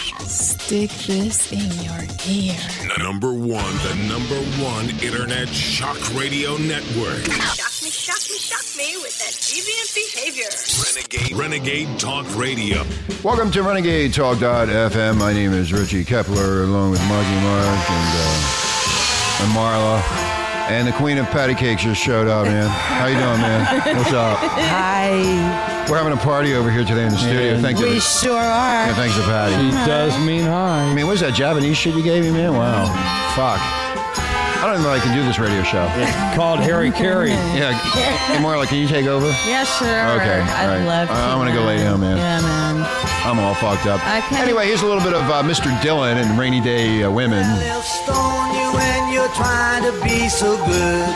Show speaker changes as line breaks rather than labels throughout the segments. Stick this in your ear.
Number one, the number one internet shock radio network.
Shock me, shock me, shock me with that deviant behavior.
Renegade, Renegade Talk Radio.
Welcome to Renegade Talk.fm. My name is Richie Kepler, along with Margie Mark and, uh, and Marla. And the queen of patty cakes just showed up, man. How you doing, man? What's up?
Hi.
We're having a party over here today in the studio. Thank you.
We sure are.
Yeah, thanks to Patty.
She does mean
I
hi.
mean, what is that Japanese shit you gave me, man? Wow. Fuck. I don't even know I can do this radio show.
Called Harry Carey.
Yeah. Hey, Marla, can you take over?
Yeah, sure.
Okay,
I
all right.
love to.
I wanna go lay down, man.
Yeah, man.
I'm all fucked up.
Okay.
Anyway, here's a little bit of uh, Mr. Dylan and Rainy Day uh, Women.
They'll stone you when you're trying to be so good.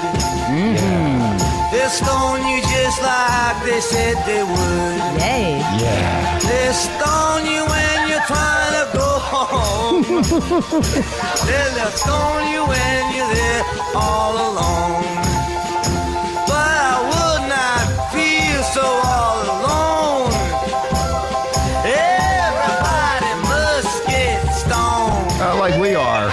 They'll stone you just like they said they would.
Yay.
Yeah.
They'll stone you when you're trying to go home. They'll stone you when you're there all alone. But I would not feel so all alone. Everybody must get stoned.
Uh, like we are.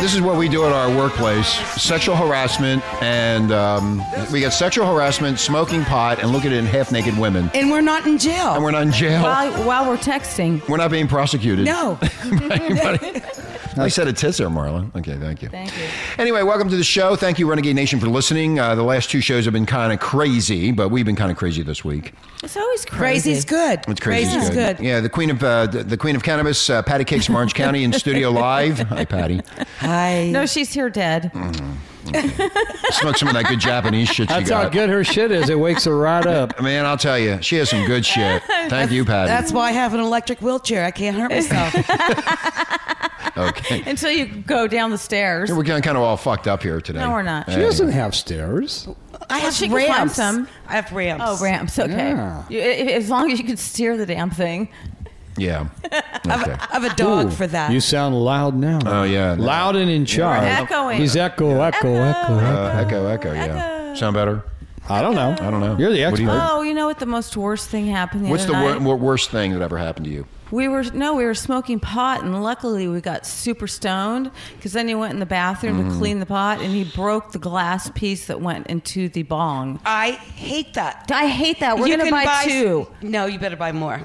This is what we do at our workplace sexual harassment, and um, we get sexual harassment, smoking pot, and looking at half naked women.
And we're not in jail.
And we're not in jail.
while, while we're texting.
We're not being prosecuted.
No.
I said a tits there, Marlon. Okay, thank you.
Thank you.
Anyway, welcome to the show. Thank you, Renegade Nation, for listening. Uh, the last two shows have been kind of crazy, but we've been kind of crazy this week.
It's always crazy.
Crazy's good.
It's crazy.
Crazy's good.
Yeah, the queen of uh, the, the queen of cannabis, uh, Patty Cakes from Orange County, in studio live. Hi, Patty.
Hi.
No, she's here dead.
Smoke some of that good Japanese shit
That's
you got.
how good her shit is. It wakes her right up.
Man, I'll tell you, she has some good shit. Thank you, Patty.
That's why I have an electric wheelchair. I can't hurt myself.
okay.
Until you go down the stairs.
We're getting kind of all fucked up here today.
No, we're not.
She doesn't have stairs.
I have
she can
ramps.
find some.
I have ramps.
Oh, ramps. Okay.
Yeah.
You- i- i- As long as you can steer the damn thing.
Yeah. Okay.
I have a dog
Ooh,
for that.
You sound loud now.
Oh, yeah.
Loud and in charge.
echoing.
He's echo, echo, echo.
Uh, echo, echo. Yeah. Sound better?
I don't know.
I don't know.
You're the
What do you
expert.
think?
Oh, you know what the most worst thing happened the
What's the
other
wor-
night?
wor- worst thing that ever happened to you?
We were no, we were smoking pot, and luckily we got super stoned because then he went in the bathroom to clean the pot, and he broke the glass piece that went into the bong.
I hate that.
I hate that. We're
You
gonna
can
buy, two.
No, you better buy more.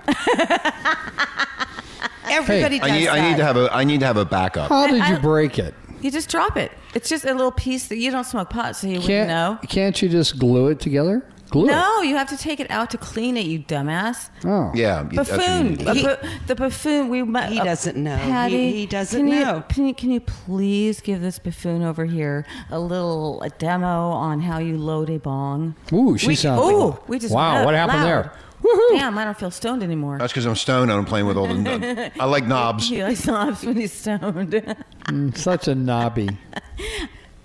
Everybody does
I need,
that.
I need to have a I need to have a backup.
How did
I-
you break it?
You just drop it. It's just a little piece that you don't smoke pot, so you wouldn't
Can't
know.
can't you just glue it together? Glue
No, you have to take it out to clean it, you dumbass.
it. Oh.
Yeah, that's what you
Buffoon,
need.
A bu- the buffoon. We met.
He doesn't know. He-
Patty,
he doesn't
can you-
know.
can, you, can you please give this buffoon over here a little a demo on how you load a bong?
Ooh, she
We-
sounds.
Ooh, we just
Wow,
went
what
up
happened
loud.
there? Woohoo.
Damn, I don't feel stoned anymore.
That's because I'm stoned. and I'm playing with all the. I like knobs.
He likes knobs when he's stoned.
Such a knobby.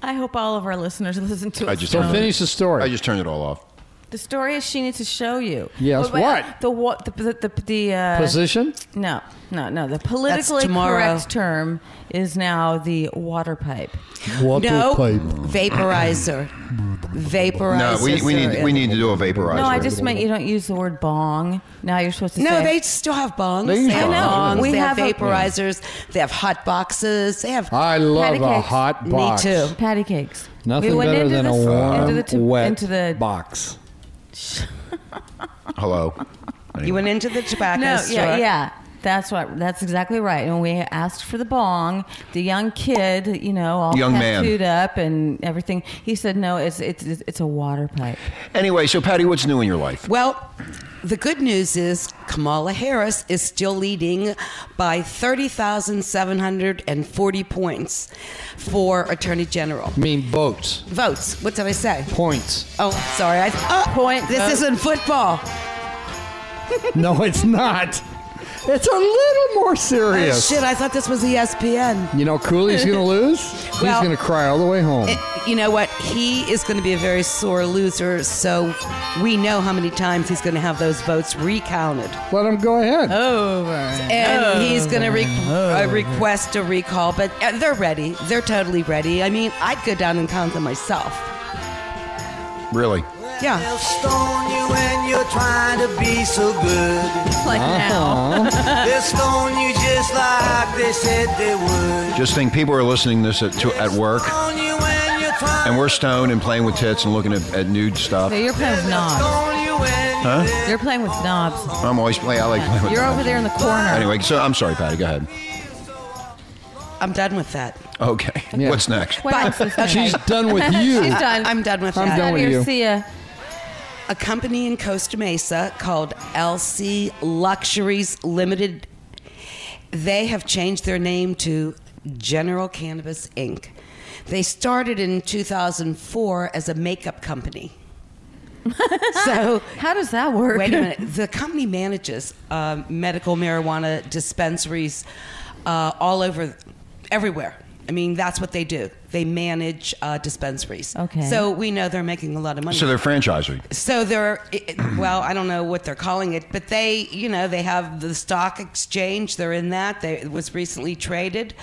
I hope all of our listeners listen to
I
us.
just
So
turned it-
finish the story.
Uh-huh. I just turned it all off.
The story is she needs to show you.
Yes,
But- but
what?
The what? The the the, the uh,
Position?
No, no, no. The politically
tomorrow.
correct term is now the water pipe.
Water
no vaporizer. Vaporizer.
No, we, we need we need to do a vaporizer.
No, I just meant you don't use the word bong. Now you're supposed to
No,
say.
they still have bongs.
They use
have
bongs, yeah.
bongs.
We
they have,
have a-
vaporizers. They have hot boxes. They have.
I love
Patty
a
cakes.
hot
Me
box.
too.
patty cakes.
Nothing
went
better
into
than
the-
a
into
warm,
the, to-
wet
into the
box.
Hello.
you went into the tobacco
No,
store.
yeah, yeah. That's what. That's exactly right. And we asked for the bong. The young kid, you know, all
Young man.
tattooed up and everything. He said, "No, it's it's it's a water pipe."
Anyway, so Patty, what's new in your life?
Well, the good news is Kamala Harris is still leading by 30,740 points for Attorney General.
I mean, boats,
Votes. What did I say?
points.
Oh, sorry. I, oh,
Point.
This
Vote.
isn't football.
no, it's not. It's a little more serious.
Shit, I thought this was E ESPN.
You know, Cooley's going to lose.
Well-
He's going to cry all the way home.
It- you know what? He is going to be a very sore loser, so we know how many times he's going to have those votes recounted.
Let him go ahead.
Over.
and he's going to re- uh, request a recall. But uh, they're ready. They're totally ready. I mean, I'd go down and count them myself.
Really?
Yeah.
They'll stone you when you're trying to be so good.
Like now.
They'll stone you like they said they would.
Just think, people are listening to this at, to, at work,
On you when you're trying
and we're stoned and playing with tits and looking at, at nude stuff.
So you're playing with knobs.
on you when you're there.
You're playing with knobs.
I'm always playing. I like playing with
You're
knobs.
over there in the corner.
Anyway, so I'm sorry, Patty. Go ahead.
I'm done with that.
Okay.
Yeah.
What's next?
What else is there?
She's done with you.
She's done.
I'm done with
I'm
that.
done with you.
See ya.
a company in Costa Mesa called LC Luxuries Limited. They have changed their name to General Cannabis Inc. They started in 2004 as a makeup company. so,
How does that work?
wait a minute. The company manages um, medical marijuana dispensaries uh, all over, everywhere. I mean, that's what they do. They manage uh, dispensaries.
Okay.
So we know they're making a lot of money.
So they're franchising.
So they're it- it- well, I don't know what they're calling it, but they, you know, they have the stock exchange. They're in that. They it was recently traded.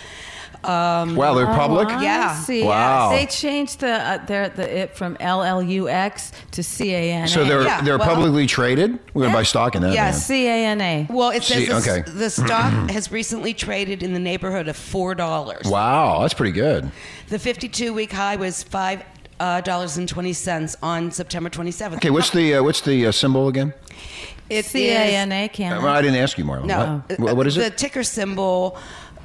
Um,
Wow, they're public.
I
Yeah.
see.
Wow.
They changed the uh, their the it from L L U X to C A N A.
So they're
Yeah,
they're
well-
publicly traded. We're gonna buy stock in that.
Yes.
man.
C A N A.
well, it says
See,
the s-
okay.
the stock has recently traded in the neighborhood of four dollars.
Wow, that's pretty good.
The fifty-two week high was five uh, dollars and twenty cents on September twenty-seventh.
Okay, what's the uh, what's the uh, symbol again?
It's
C A N A
Uh, well, I
can.
didn't ask you, Marlon.
No.
What- What, what is
the
it?
ticker symbol,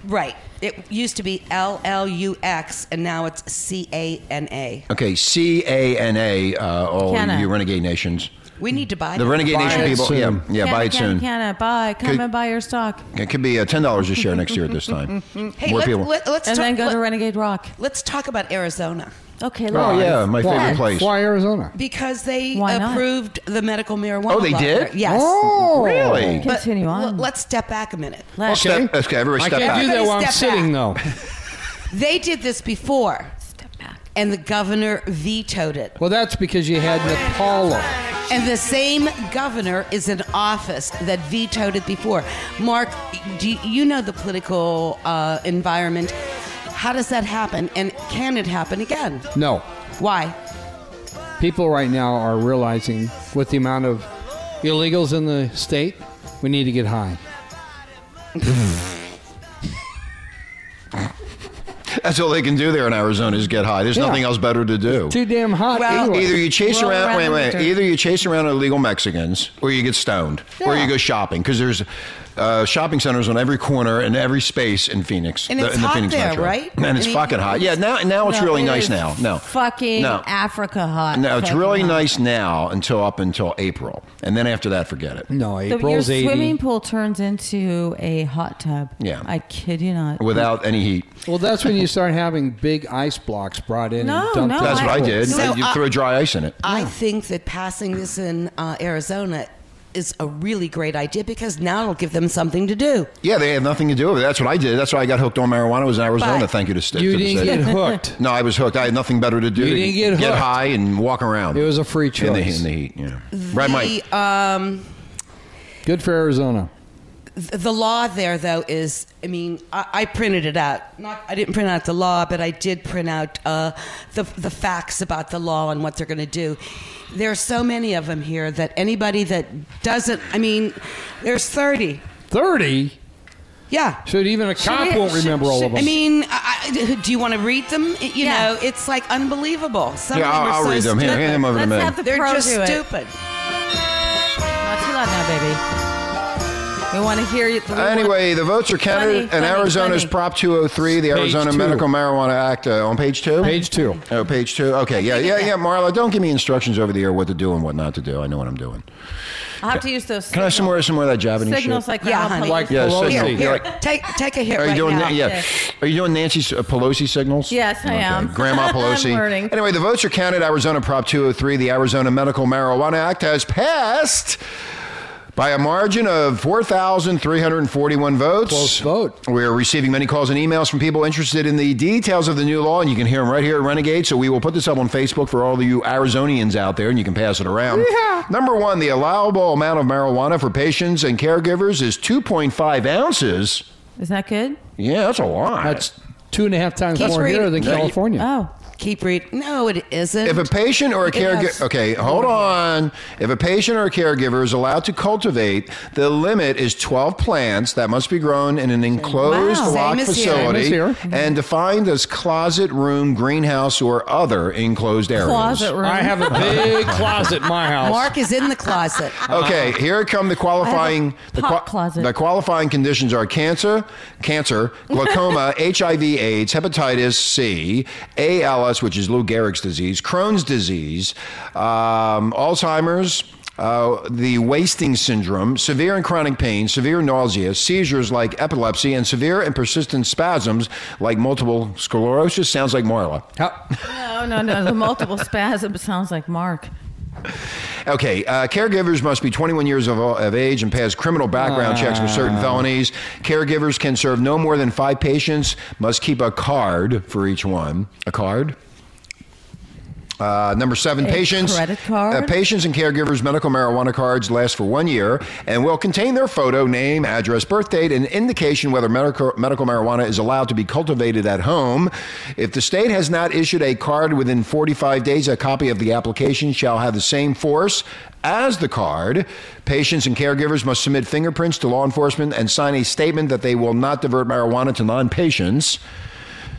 right. It used to be L L U X, and now it's C A N A.
Okay, C A N A. uh, All
Canna.
you renegade nations,
We need to buy
the
them.
renegade
Buy
nation
it
people.
soon.
Yeah, yeah. buy it
can,
soon.
Can, buy. Come
Could-
and buy your stock,
It could be uh, ten dollars a share next year at this time.
Hey,
More
let,
people.
let, us
and
talk,
then go to
let,
Renegade Rock.
us talk about Arizona
Okay.
oh
Laura.
yeah, my
Why?
favorite place.
Why Arizona?
because they
Why not?
approved the medical marijuana.
Oh, they
law
did?
there. Yes.
Oh,
Really?
But
Continue on.
l- let's step back a minute.
Let's
Step- okay, everybody,
I
step
can't
back.
do that while I'm
Everybody step
sitting though.
They did this before,
step back.
and the governor vetoed it.
Well, that's because you had Napala.
And the same governor is in office that vetoed it before. Mark, do you, you know the political uh, environment? How does that happen? And can it happen again?
No,
Why?
people right now are realizing with the amount of illegals in the state, we need to get high.
That's all they can do there in Arizona is get high. There's
Yeah.
nothing else better to do.
Too damn hot.
Well-
anyway.
Either you chase
Roll
around,
around
wait,
in the
wait.
dirt.
Either you chase around illegal Mexicans, or you get stoned, or
Yeah.
you go shopping because there's uh, shopping centers on every corner and every space in Phoenix.
And
the-
it's
in the
hot
Phoenix
there,
metro.
right?
And it's
I mean,
fucking hot. Yeah, now now it's
No,
really
it
nice
is
now. No,
Fucking
no.
Africa hot.
No, it's
Fucking
really
hot.
nice now until up until April, and then after that, forget it.
no,
The, your
April's eighty.
swimming pool turns into a hot tub.
Yeah.
I kid you not.
Without any heat.
Well, that's when you start having big ice blocks brought in.
No,
and dumped
no,
in
That's
I-
the
what I
pool.
did.
So,
you
uh,
throw dry ice in it.
I think that passing this in uh, Arizona is a really great idea because now it'll give them something to do.
Yeah, they had nothing to do with it. That's what I did. That's why I got hooked on marijuana. Was in Arizona.
But-
Thank you to Steve.
You didn't get hooked.
No, I was hooked. I had nothing better to do. to
You didn't get hooked.
high and walk around.
It was a free
in the,
choice.
in the heat. Yeah, right, Mike.
The, um,
Good for Arizona.
th- the law there, though, is I mean, I, I printed it out. Not, I didn't print out the law, but I did print out uh, the, the facts about the law and what they're going to do. There are so many of them here that anybody that doesn't, I mean, there's 30.
Thirty.
Yeah.
Should even a cop
Should it-
won't
should-
remember all of
should-
them.
I mean, I, I- do you want to read them? You
Yeah.
know, it's like unbelievable. Some
Yeah,
of them
I'll,
are
I'll
so
read them. Here, hand them over to
Let's
me.
have the
They're
pro
just
do it.
stupid.
Not too loud now, baby. We want to hear you. we want-
Anyway, the votes are counted,
Funny,
and
funny,
Arizona's
funny.
Prop 203, the Arizona
two.
Medical Marijuana Act, uh, on page two.
Page two.
Oh, page two. Okay, yeah, yeah, yeah. Marla, don't give me instructions over the air what to do and what not to do. I know what I'm doing.
I'll have to use those.
Can I have some more, some more of that Japanese
signals
shit?
like
Yeah,
yeah,
honey.
Like
Yeah,
Pelosi.
signal.
Here,
You're
here,
like-
take take a hit
Are you
right
doing
now.
that? Yeah.
Yeah.
Are you doing Nancy uh, Pelosi signals?
Yes, I am.
Grandma
I'm
Pelosi.
learning.
Anyway, the votes are counted. Arizona Prop 203, the Arizona Medical Marijuana Act, has passed by a margin of 4,341 votes.
Close vote.
We're receiving many calls and emails from people interested in the details of the new law, and you can hear them right here at Renegade. So we will put this up on Facebook for all of you Arizonians out there, and you can pass it around. Number one, the allowable amount of marijuana for patients and caregivers is 2.5 ounces.
Is that good?
Yeah, that's a lot.
That's two and a half times
Keep
more here
reading.
than California.
Oh,
Keep reading. No, it isn't.
If a patient or a
has-
caregiver, okay, hold on. If a patient or a caregiver is allowed to cultivate, the limit is 12 plants that must be grown in an enclosed
Wow.
locked
Same as here.
facility
Same as
and defined as closet, room, greenhouse, or other enclosed areas.
Closet room.
I have a big closet in my house.
Oh, Mark is in the closet.
Okay, here come the qualifying the,
pop closet.
the qualifying conditions are cancer, cancer, glaucoma, HIV, AIDS, hepatitis C, ALS, which is Lou Gehrig's disease, Crohn's disease, um, Alzheimer's. Uh, the wasting syndrome, severe and chronic pain, severe nausea, seizures like epilepsy, and severe and persistent spasms like multiple sclerosis. Sounds like Marla.
no,
How-
no, no. The multiple spasm sounds like Mark.
Okay, uh, caregivers must be 21 years of, of age and pass criminal background checks for certain felonies. Caregivers can serve no more than five patients, must keep a card for each one. A card? Uh, number seven,
A
patients.
credit card?
uh, patients and caregivers' medical marijuana cards last for one year and will contain their photo, name, address, birth date, and indication whether medical, medical marijuana is allowed to be cultivated at home. If the state has not issued a card within 45 days, a copy of the application shall have the same force as the card. Patients and caregivers must submit fingerprints to law enforcement and sign a statement that they will not divert marijuana to non patients.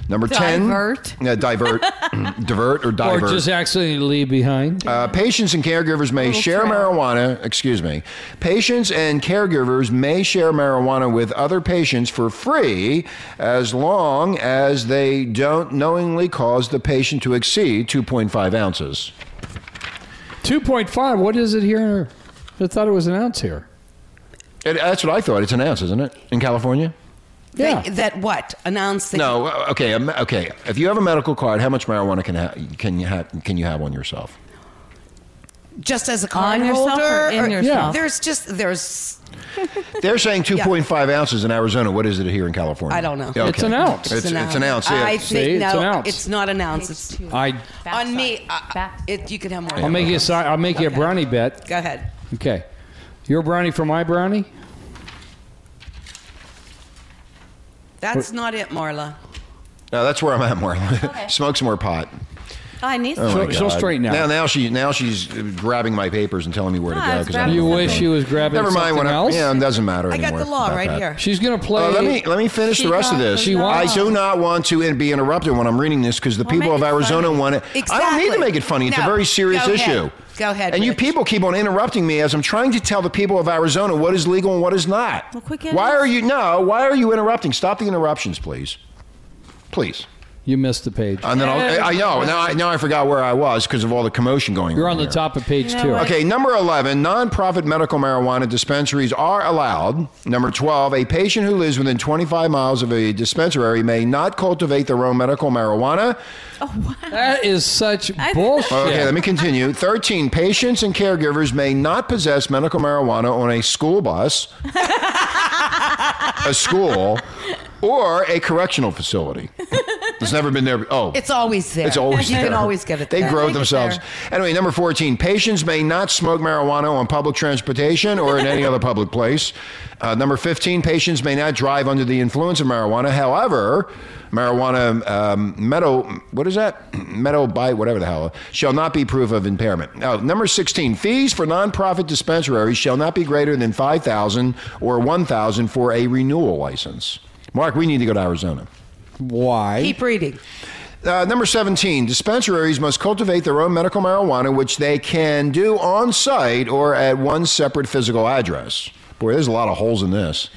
Number 10.
Divert?
Yeah, divert. divert or
or
divert.
just accidentally leave behind.
Uh, patients and caregivers may share marijuana, excuse me. Patients and caregivers may share marijuana with other patients for free as long as they don't knowingly cause the patient to exceed 2.5 ounces.
2.5. What is it here? I thought it was an ounce here.
It, that's what I thought. It's an ounce, isn't it? In California?
Yeah.
They- that what? Announce the
No, uh, okay, um, okay. If you have a medical card, how much marijuana can ha- can you have can you have on yourself?
just as a card
On yourself
holder
or in yourself?
There's just there's
They're saying 2.5 ounces in Arizona. What is it here in California?
I don't know.
Okay.
It's an ounce.
It's, it's an ounce. Yeah.
I think
See,
no,
it's
it's,
an ounce.
not an ounce. It's
I,
on me.
Backside.
I,
Backside.
it, you could have more.
I'll make you a, si- I'll make you a brownie bet.
Go ahead.
Okay. Your brownie for my brownie?
That's not it, Marla.
No, that's where I'm at, Marla. Smoke some more pot.
I need
Oh
some.
my
She'll- she'll
God.
straighten out.
Now, now she, now she's grabbing my papers and telling me where to
Ah,
go.
it's
'cause I'm-
grabbing
You wish she was grabbing
Never mind.
something
What
else?
I, yeah, it doesn't matter
I got
anymore
the law
about
right
that.
here.
She's going to play.
Uh, let me let me finish
She
the rest of
got
this.
the She law.
I
wants-
do not want to in- be interrupted when I'm reading this because the
Well,
people of
make it
Arizona
funny.
want it. I don't need to
Exactly.
make it funny. It's a
No.
very serious
Go ahead.
issue.
Go ahead,
And you
Rich.
people keep on interrupting me as I'm trying to tell the people of Arizona what is legal and what is not.
Well, quick
why
answer.
are you no? Why are you interrupting? Stop the interruptions, please. Please.
You missed the page.
And then I'll, I know now. I, now I forgot where I was because of all the commotion going.
You're on
here.
the top of page
You
two.
know what?
Okay, number 11, nonprofit medical marijuana dispensaries are allowed. Number 12, a patient who lives within 25 miles of a dispensary may not cultivate their own medical marijuana.
Oh,
That is such bullshit.
Okay, let me continue. 13, patients and caregivers may not possess medical marijuana on a school bus, a school, or a correctional facility. It's never been there. Oh.
It's always there.
It's always
you
there.
can always get it.
They
there.
grow
Take it
themselves. Anyway, number 14, patients may not smoke marijuana on public transportation or in any other public place. Uh, number 15, patients may not drive under the influence of marijuana. However, marijuana um, meadow, what is that? meadow bite, whatever the hell, shall not be proof of impairment. Now, number 16, fees for nonprofit dispensaries shall not be greater than 5000 or 1000 for a renewal license. Mark, we need to go to Arizona.
Why?
Keep reading.
Uh, number 17, dispensaries must cultivate their own medical marijuana, which they can do on site or at one separate physical address. Boy, there's a lot of holes in this.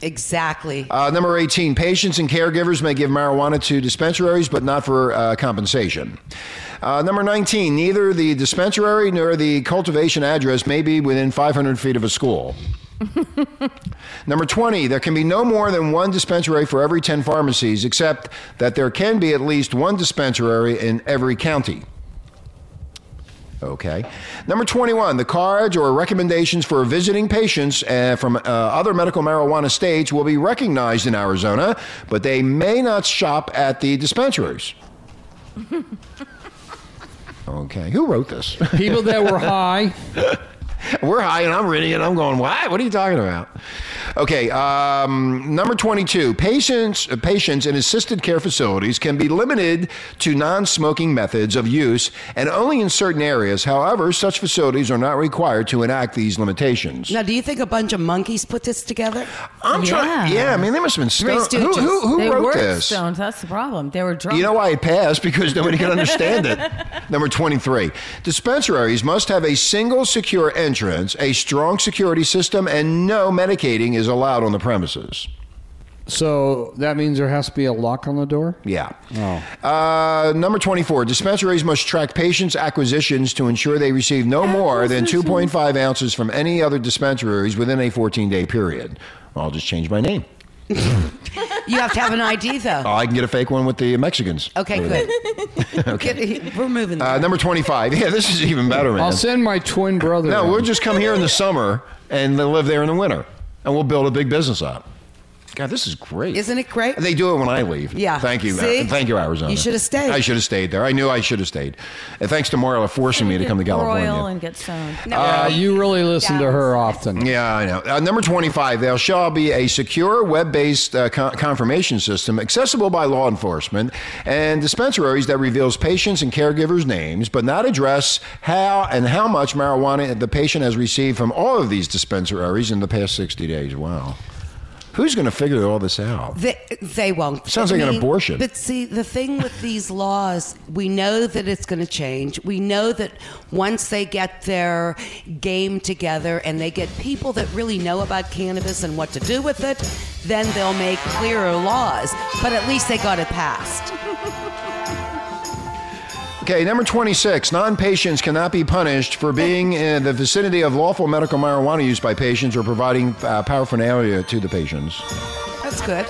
Exactly.
Uh, number 18, patients and caregivers may give marijuana to dispensaries, but not for uh, compensation. Uh, number 19, neither the dispensary nor the cultivation address may be within 500 feet of a school. Number 20, there can be no more than one dispensary for every 10 pharmacies, except that there can be at least one dispensary in every county. Okay. Number 21, the cards or recommendations for visiting patients uh, from uh, other medical marijuana states will be recognized in Arizona, but they may not shop at the dispensaries. okay. Who wrote this?
People that were high
We're high and I'm reading it. I'm going, what? What are you talking about? Okay, um, number 22. Patients, uh, patients in assisted care facilities can be limited to non smoking methods of use and only in certain areas. However, such facilities are not required to enact these limitations.
Now, do you think a bunch of monkeys put this together?
I'm trying.
Yeah.
Yeah, I mean, they must have been stoned. Who,
Stooges.
who, who
they
wrote
were
this?
stones. That's the problem. They were drunk.
You know why it passed? Because nobody could understand it. Number 23. Dispensaries must have a single secure entrance, a strong security system, and no medicating is allowed on the premises.
So that means there has to be a lock on the door?
Yeah. Uh, number 24. Dispensaries must track patients' acquisitions to ensure they receive no more than 2.5 ounces from any other dispensaries within a 14 day period. I'll just change my name.
You have to have an ID, though.
Oh, I can get a fake one with the Mexicans.
Okay, good. Get- we're moving.
Uh, number 25. Yeah, this is even better, man.
I'll send my twin brother.
No,
in.
we'll just come here in the summer and then live there in the winter, and we'll build a big business up. God, this is great.
Isn't it great?
They do it when I leave.
Yeah.
Thank you.
See?
uh, Thank you, Arizona.
You should have stayed.
I should have stayed there. I knew I should have stayed. And thanks to Marla forcing me to come to California.
Royal and get stoned.
Uh, you really listen to her often.
Yeah, I know. Uh, number 25, there shall be a secure web based uh, con- confirmation system accessible by law enforcement and dispensaries that reveals patients' and caregivers' names, but not address how and how much marijuana the patient has received from all of these dispensaries in the past 60 days. Wow. Who's going to figure all this out?
They, they won't.
Sounds like an abortion.
But see, the thing with these laws, we know that it's going to change. We know that once they get their game together and they get people that really know about cannabis and what to do with it, then they'll make clearer laws. But at least they got it passed.
Okay, number 26, non patients cannot be punished for being in the vicinity of lawful medical marijuana use by patients or providing uh, paraphernalia to the patients.
That's good.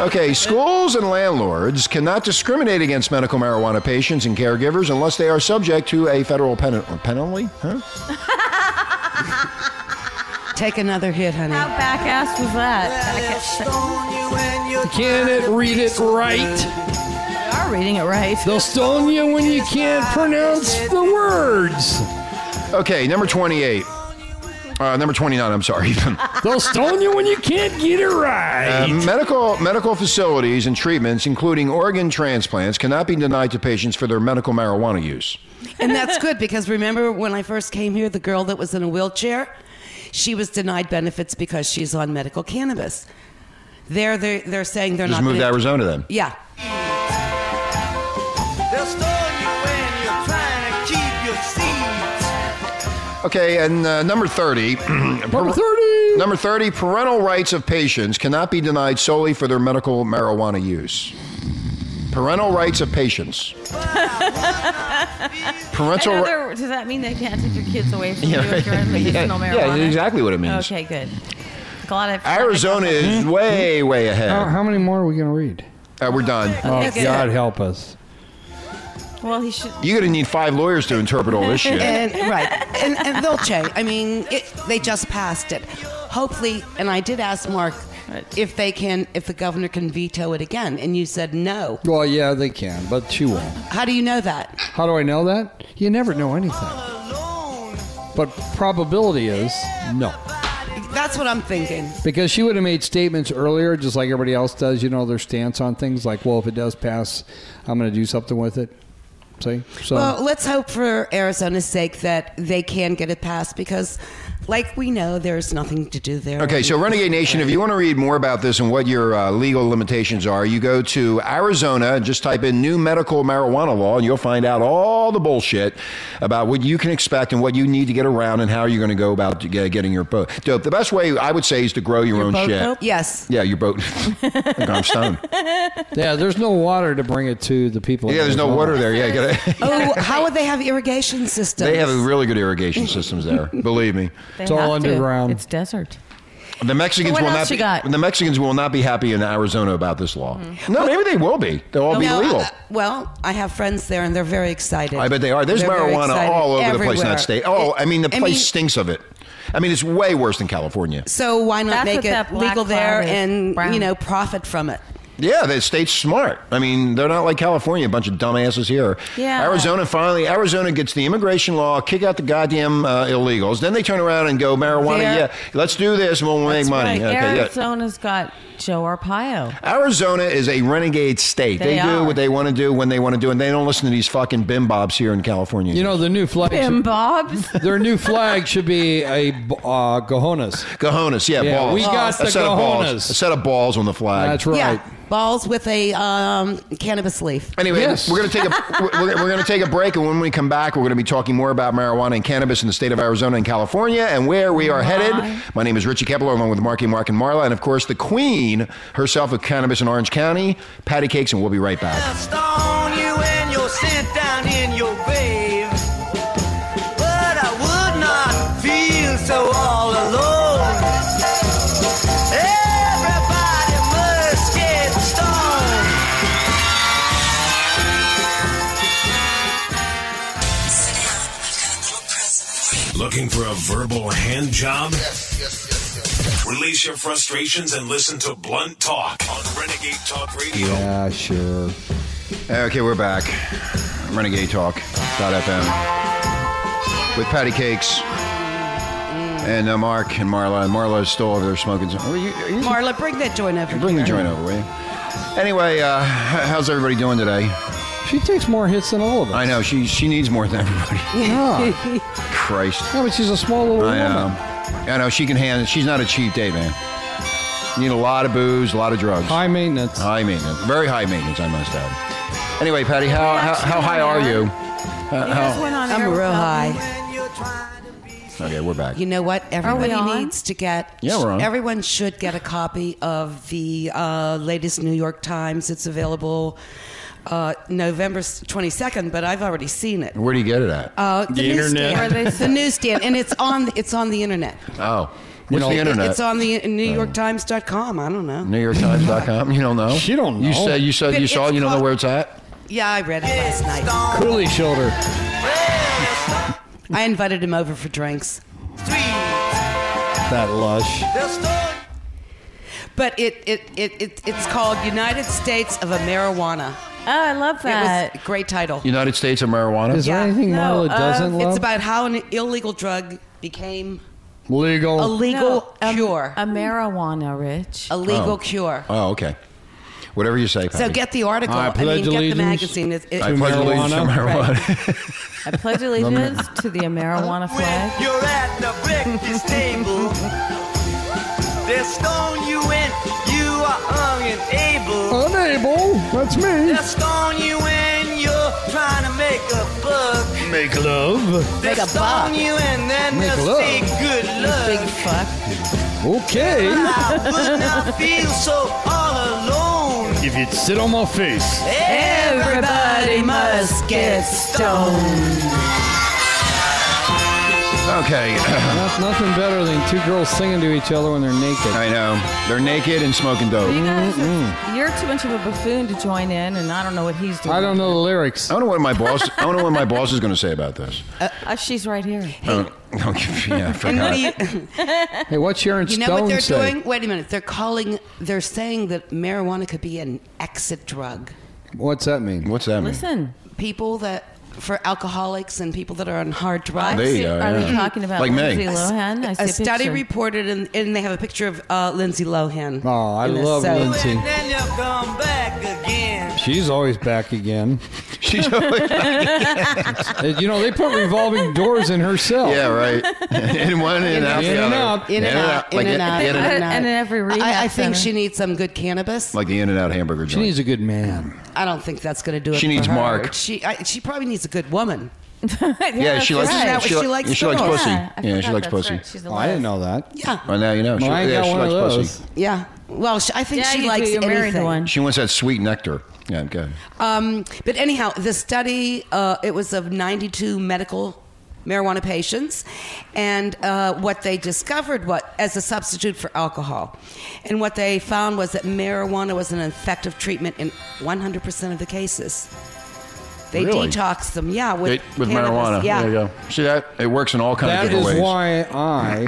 Okay, schools and landlords cannot discriminate against medical marijuana patients and caregivers unless they are subject to a federal pen- penalty. Huh?
Take another hit, honey.
How back ass was that?
Can it read it right?
They are reading it right.
They'll stone you when you can't pronounce the words.
Okay, number 28. Uh, number 29, I'm sorry.
They'll stone you when you can't get it
Uh,
right.
medical medical facilities and treatments, including organ transplants, cannot be denied to patients for their medical marijuana use.
And that's good because remember when I first came here, the girl that was in a wheelchair, she was denied benefits because she's on medical cannabis. They're, they're, they're saying they're
Just
not.
move to
gonna-
Arizona then.
Yeah.
They'll stone you when you're trying to keep your seeds.
Okay, and uh, number 30.
Number 30.
Number 30, parental rights of patients cannot be denied solely for their medical marijuana use. Parental rights of patients. Parental
In
ri-
other words, does that mean they can't take your kids away from you if you're in medicinal
yeah,
marijuana?
that's exactly what it means.
Okay, good. Glad I.
Arizona is way, way
How,
ahead.
how many more are we going to read?
Uh, we're done.
Oh,
Okay, good.
God help us.
Well, he should.
You're going to need five lawyers to interpret all this shit.
And right, and, and they'll change. I mean, it, they just passed it. Hopefully, and I did ask Mark if they can, if the governor can veto it again, and you said no.
Well, yeah, they can, but she won't.
How do you know that?
How do I know that? You never know anything. But probability is no.
That's what I'm thinking.
Because she would have made statements earlier, just like everybody else does, you know, their stance on things like, well, if it does pass, I'm going to do something with it. See? So,
Well, let's hope for Arizona's sake that they can get it passed because, like we know, there's nothing to do there.
Okay, so Renegade Nation, if you want to read more about this and what your uh, legal limitations are, you go to Arizona and just type in new medical marijuana law, and you'll find out all the bullshit about what you can expect and what you need to get around and how you're going to go about to get- getting your bo- dope. The best way I would say is to grow your, own
boat
shit.
dope?
Yes.
Yeah, your boat. I'm stoned.
yeah, there's no water to bring it to the people. in
Yeah, there's no
Arizona.
water there. Yeah, you gotta,
Oh, how would they have irrigation systems?
they have really good irrigation systems there. Believe me,
They
It's all
have to.
underground.
It's desert.
the Mexicans
What
will not.
else you
Be,
got? Mm-hmm.
The Mexicans will not be happy in Arizona about this law. No, maybe they will be. They'll all be
No,
legal.
uh, well, I have friends there, and they're very excited.
I bet they are. There's
They're very
marijuana
excited
all over the place in
everywhere.
that state. Oh, I mean, the place
mean,
stinks of it. I mean, it's way worse than California.
So why not
That's what
make
that
it
black
legal there
cloud is,
and
brown.
you know profit from it?
Yeah, the state's smart. I mean, they're not like California, a bunch of dumbasses here.
Yeah.
Arizona finally, Arizona gets the immigration law, kick out the goddamn uh, illegals. Then they turn around and go marijuana.
There-
Yeah, let's do this and we'll make
That's
money.
right.
Okay, yeah.
Arizona's got Joe Arpaio.
Arizona is a renegade state. They,
They
do
are.
what they want to do when they want to do, and they don't listen to these fucking bimbobs here in California.
You know the new flag.
Bim
Should,
Bob's.
their new flag should be a uh, cojones.
cojones. Yeah,
Yeah,
balls.
we got
a
the
set of balls. A
cojones.
set of balls on the flag.
That's right.
Yeah, balls with a um, cannabis leaf.
Anyway,
Yes.
we're gonna take a we're, we're gonna take a break, and when we come back, we're gonna be talking more about marijuana and cannabis in the state of Arizona and California, and where we are headed. My name is Richie Kepler, along with Marky Mark and Marla, and of course the Queen herself of cannabis in Orange County, Patty Cakes, and we'll be right back.
I'll stone you and you're sent down in your grave. But I would not feel so all alone. Everybody must get stoned.
Looking for a verbal hand job? Release your frustrations and listen to Blunt Talk on Renegade Talk Radio.
Ah,
Yeah, sure.
Okay, we're back. Renegade Talk FM with Patty Cakes and uh, Mark and Marla. And Marla is still over there smoking. some- Are you, are you-
Marla, bring that joint over.
bring the
here.
joint over, will you? Anyway, uh, h- how's everybody doing today?
She takes more hits than all of us.
I know she she needs more than everybody.
Yeah.
Christ,
yeah, but she's a small little
I
woman.
know. I know she can handle. She's not a cheap date man. You need a lot of booze, a lot of drugs.
High maintenance.
High maintenance, very high maintenance, I must add. Anyway, Patty, how how, how high are you?
You guys went on
I'm
air
real
without
high.
me.
Okay, we're back.
You know what?
we
Everybody
on?
needs to get.
Yeah, we're on.
Everyone should get a copy of the uh, latest New York Times. It's available uh, November twenty second, but I've already seen it.
Where do you get it at?
Uh, the,
internet.
newsstand.
Where they
the newsstand, and it's on. It's on the internet.
oh, what's the internet?
It's on the NewYorkTimes.com. I don't know.
NewYorkTimes.com. You don't know.
She don't
You
know.
said you said
But
you saw. it,
it's
You don't know
called-
where it's at.
Yeah, I read it last night.
Coolie shoulder.
I invited him over for drinks,
That lush.
but it it, it, it it's called United States of a Marijuana.
Oh, I love
It
that.
was a great title.
United States of Marijuana.
Is
Yeah.
there anything
No,
Marla
uh,
doesn't love?
It's about how an illegal drug became
legal.
a legal
No, um, a-
cure.
A, marijuana, Rich.
a legal
Oh.
cure.
Oh, okay. Whatever you say, Patty.
So get the article.
I
I,
pledge
mean, get the
allegiance
magazine. It, it,
I pledge allegiance to
marijuana.
marijuana.
I pledge allegiance to the marijuana
When
flag.
you're at the breakfast table, they'll stone you when you are unable.
Unable. That's me.
They'll stone you when you're trying to make a buck.
Make love.
They'll
Make a
stone
buck.
you and then
Make
they'll
love.
say good
big
luck.
fuck.
Okay.
I would not feel so all alone.
If you'd sit on my face.
Everybody must get stoned.
Okay.
Not, nothing better than two girls singing to each other when they're naked.
I know. They're naked and smoking dope.
You
I
guys are- you're too much of a buffoon to join in, and I don't know what he's doing.
I don't know the
Oh.
lyrics.
don't know what my boss. I don't know what my boss is going to say about this.
Uh, she's right here.
Uh, okay, yeah, I
And what
forgot.
do you,
Hey, what's Sharon
you know
Stone
what they're
say?
doing? Wait a minute. They're calling. They're saying that marijuana could be an exit drug.
What's that mean?
What's that mean?
Listen.
People that for alcoholics and people that are on hard
I
drugs.
There you
see-
go,
Are
yeah.
they talking about
Like me.
Lindsay
A s-
Lohan? I see
a study
picture.
reported, and, and they have a picture of uh, Lindsay Lohan.
Oh, I
in this,
love
so-
Lindsay.
And then you'll come back again.
She's always back again.
She's always-
Uh, you know, they put revolving doors in her cell.
yeah, right. In one and out. the
In and
other.
out.
In and out,
Like
in and
the-
out,
the in
in
and-
and
out. And in every rehab
I, I
center.
think she needs some good cannabis.
Like the in and out hamburger
She
joint.
needs a good man.
I don't think that's going to do it.
She
for
needs
her.
Mark.
She I, she probably needs a good woman.
yeah,
that's
she likes.
right.
She,
She
li-
likes
she likes
girls.
pussy.
Yeah,
Yeah,
I
she
forgot
likes
that's
pussy.
right. She's a
Oh, I didn't
lawyer.
know that.
Yeah,
Well, now you know. She,
Well, I ain't
yeah,
got
she
one of
likes
those.
pussy.
yeah. Well, she, I think
Yeah,
she
you do.
likes
You're married to
anything.
one.
She wants that sweet nectar. Yeah, good.
Um, but anyhow, the study uh, it was of 92 medical marijuana patients, and uh, what they discovered what as a substitute for alcohol, and what they found was that marijuana was an effective treatment in 100% of the cases. They
Really?
detox them, yeah, with,
It- with
cannabis,
marijuana.
Yeah,
There you go. See that? It works in all kinds
That
of different
is
ways.
why I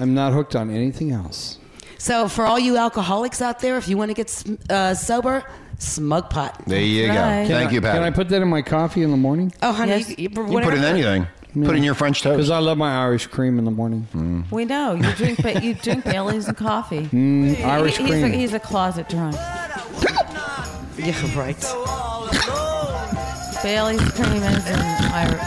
am not hooked on anything else.
So for all you alcoholics out there, if you want to get sm- uh, sober, smug pot.
There you go.
Right.
Thank you, Patty.
Can I put that in my coffee in the morning?
Oh, honey,
Yes.
you, you,
you put
whatever-
in anything. Put in your French
Because
toast.
I love my Irish cream in the morning.
We know you drink, but you drink Bailey's and coffee.
Mm,
Irish
He- he's, a,
cream.
he's a closet drunk.
Yeah, right.
Bailey's cream is an Irish.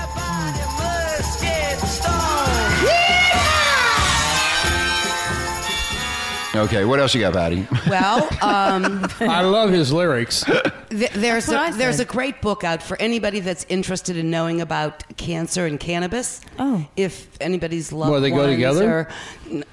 Okay, what else you got, Patty?
Well, um,
I love his lyrics.
th- there's
what I
a, there's a
said.
great book out for anybody that's interested in knowing about cancer and cannabis.
Oh.
if anybody's loved
Well, they go
ones
together?
Or,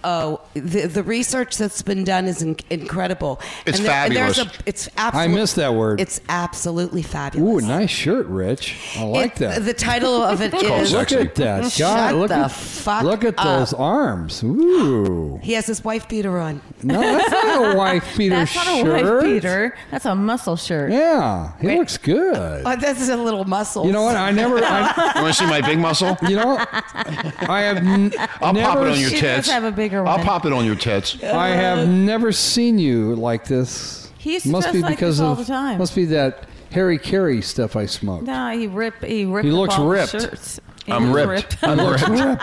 oh, the, the research that's been done is in- incredible.
It's
and there- and there's
fabulous.
a- it's absolutely.
missed that word.
It's absolutely
Ooh,
fabulous.
nice shirt, Rich. I like
It-
that.
The title of it is.
Look at that. God,
Shut
look
the
at,
fuck
Look at those
up.
arms. Ooh.
He has his wife beater on.
No, that's not a wife beater
That's not a
shirt.
wife Peter. That's a muscle shirt.
Yeah, he
Wait.
looks good.
Oh, this is a little muscle.
You know what? I never. I,
You want to see my big muscle?
you know, I have. N-
I'll
never
pop it on your
She
se-
does
tits.
have a bigger
I'll
one.
pop it on your tits.
I have never seen you like this.
He used to dress like this all the time.
Must be that Harry Carey stuff I smoked.
No, he rip. He ripped.
He
up
looks
all the
ripped.
Shirts. He
I'm
was
ripped. I'm ripped.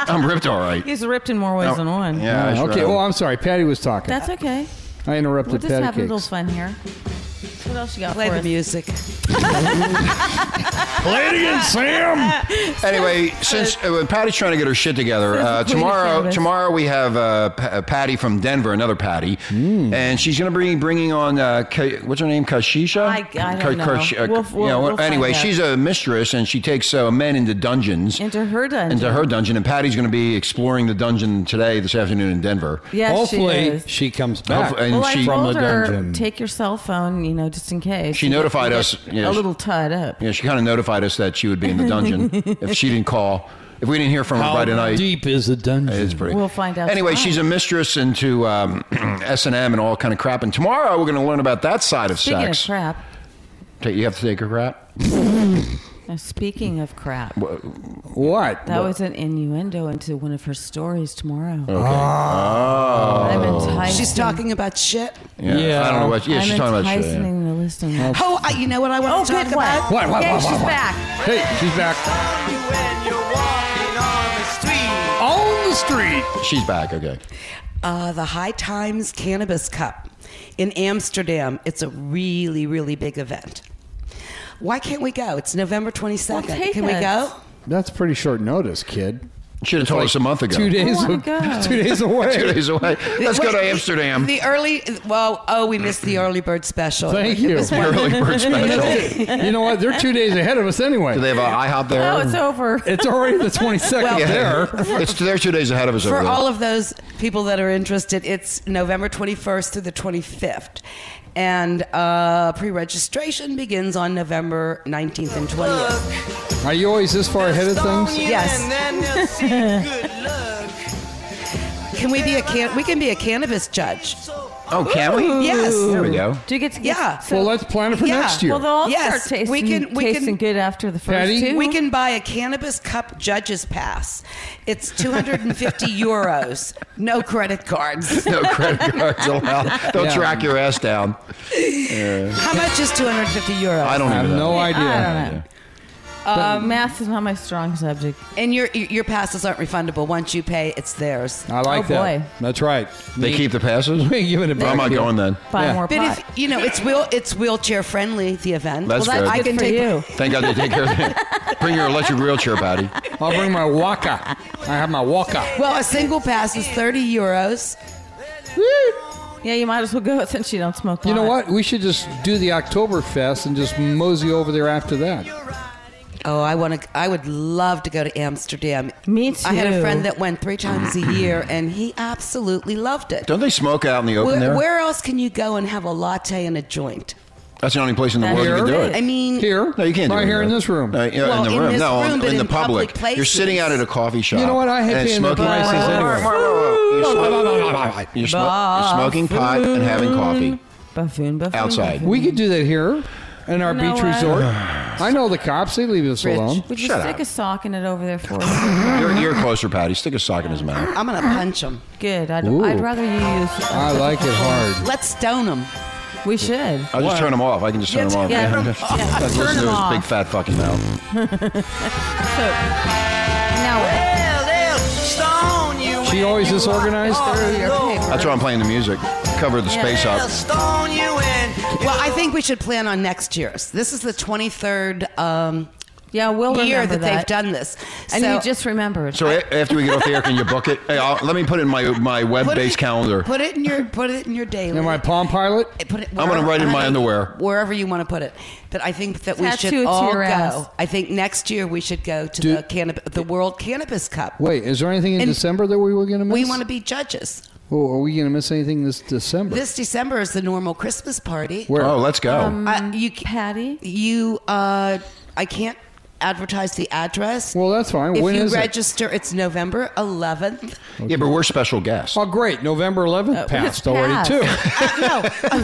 I'm ripped, all right.
He's ripped in more ways
No.
than one.
Yeah, I
okay.
sure
Well,
am.
I'm sorry. Patty was talking.
That's okay.
I interrupted
We'll just
Patty
have a little
Cakes.
fun here. What else you got
Play
for
the
us?
music.
Play it again, Sam.
Anyway, since uh, when Patty's trying to get her shit together,
Says the
uh,
queen of
tomorrow
cannabis.
tomorrow we have uh, P- uh, Patty from Denver, another Patty, and she's going to be bringing on uh, K- what's her name, Kashisha.
I- I don't know.
uh,
We'll-
you know,
we'll- we'll
anyway,
find out.
she's a mistress and she takes uh, men into dungeons.
Into her dungeon.
Into her dungeon, and Patty's going to be exploring the dungeon today, this afternoon in Denver.
Yes, she
Hopefully,
is.
she, comes back.
Hopefully- and
well,
she-
I told
From the
her
dungeon.
take your cell phone, you know, just in case.
She
You
notified
get
us, yes.
A little tied up.
Yeah, she kind of notified us that she would be in the dungeon if she didn't call. If we didn't hear from her
How
by tonight,
deep is the dungeon?
It's pretty.
We'll find out
Anyway,
tomorrow.
she's a mistress into um, S and M and all kind of crap. And tomorrow we're going to learn about that side of
Speaking
sex.
of crap.
Ta- You have to take a crap.
now, uh, speaking of crap,
what?
that was an innuendo into one of her stories tomorrow.
Ah.
Oh,
I'm enticing.
She's talking about shit.
yeah.
Yeah.
I don't know what. Yeah,
I'm
she's talking about shit. yeah.
enticing the listener.
Oh, I, you know what I want
Oh,
to talk
good
about?
what?
What, what,
Okay,
what, what,
she's
what?
back.
Hey, she's back
On the street.
She's back. Okay.
Uh, the High Times Cannabis Cup in Amsterdam. It's a really, really big event. Why can't we go? It's November 22nd.
Well, take
Can we
us.
go?
That's pretty short notice, kid.
Should have told us a month ago.
Two days.
wanna
a-
go.
Two days away.
Two days away. Let's go
Wait,
to Amsterdam.
The early, well, oh, we missed the early bird special.
Thank you.
Early bird special.
you know what? They're two days ahead of us anyway.
Do they have an IHOP there?
Oh, it's over.
it's already the 22nd
Well-
there.
It's they're two days ahead of us.
For
over there.
all of those people that are interested, it's November 21st through the 25th. And uh, pre registration begins on November 19th and 20th.
Are you always this far ahead of things?
Yes. Can we be a can? We can be a cannabis judge.
oh, can we?
Yes.
There we go.
Do you get to
Yeah.
so-
Well, let's plan it for
Yeah.
next year.
Well, they'll all
Yes,
start tasting,
we can- we
tasting
can-
good after the first
Patty?
two.
We can buy a cannabis cup judges pass. It's 250 euros. No credit cards.
No credit cards allowed. They'll
Yeah.
track your ass down.
How much is 250 euros?
I don't
I have
even know.
no idea.
I don't know. Um, math is not my strong subject.
And your your passes aren't refundable. Once you pay, it's theirs.
I like
Oh,
that.
boy.
That's right.
They keep the passes.
We ain't giving it back.
I'm not
to you.
going then.
Buy
Yeah.
more
But
pot.
if you know, it's wheel it's wheelchair friendly. The event.
That's
well,
good.
that's
I
good
can
for
take-
you.
Thank God they take care of it. Bring your electric wheelchair, Patty.
I'll bring my waka. I have my waka.
Well, a single pass is 30 euros.
yeah, you might as well go since you don't smoke.
You know
pot.
what? We should just do the Oktoberfest and just mosey over there after that.
Oh, I want to. I would love to go to Amsterdam.
Me
I had
too.
a friend that went three times a year, and he absolutely loved it.
Don't they smoke out in the open
Where,
there?
where else can you go and have a latte and a joint?
That's the only place in the
That's
world you can
Here?
do
I
it.
mean,
Here?
No, you can't. do
Right
it
here in
that.
this room.
No, yeah, in
Well,
the
in
room.
this
no,
room,
in,
but
the
in public
public. You're sitting out at a coffee shop.
You know what? I hate
and
paying the
smoking-
prices anyway.
You're, smo- you're smoking pot and having coffee
Buffoon, buffoon.
outside.
buffoon.
We could do that here in our
You know
beach
what?
resort. I know the cops. They leave us
Rich.
alone.
Would you
Shut
stick
up.
a sock in it over there for us?
You're, you're closer, Patty. Stick a sock in his mouth.
I'm gonna punch him.
Good. I'd,
Ooh.
I'd rather you use.
I like it hard.
Let's stone him.
We should.
I'll just turn him off. I can just turn him off.
yeah,
Yeah.
turn 'em- yeah,
Listen
turn 'em
to his
off.
big fat fucking mouth.
So now what?
Well, they'll stone you
She
when
always
you
disorganized?
walk
There you
alone.
That's why I'm playing the music. Cover the space
They'll
up.
stone you when
Well, I think we should plan on next year's. This is the 23rd um,
Yeah, we'll
year
remember
that, they've done this.
And
So
you just remembered.
So a- after we get off the air, can you book it? Hey, I'll, let me put it in my my
put it-
web-based calendar.
Put it in your put it in your daily.
Am I Palm Pilot?
Put it
I'm gonna write in my underwear.
wherever you want to put it. That I think that
Tattoo
we
it
should
to
all
your
go.
ass.
I think next year we should go to
Do-
the cannab- the World Cannabis Cup.
Wait, is there anything in
And
December that we were going to miss?
We want to be judges.
Oh, are we going to miss anything this December?
This December is the normal Christmas party.
Where?
Oh, let's go.
Uh, you ca-
Um, Patty?
you uh, I can't advertise the address.
well, that's fine.
if
when
you
is it?
register, it's November 11th.
Yeah, but we're special guests.
Oh, great. November 11th
Uh,
passed
it's
already,
passed.
too.
Uh, no, I'm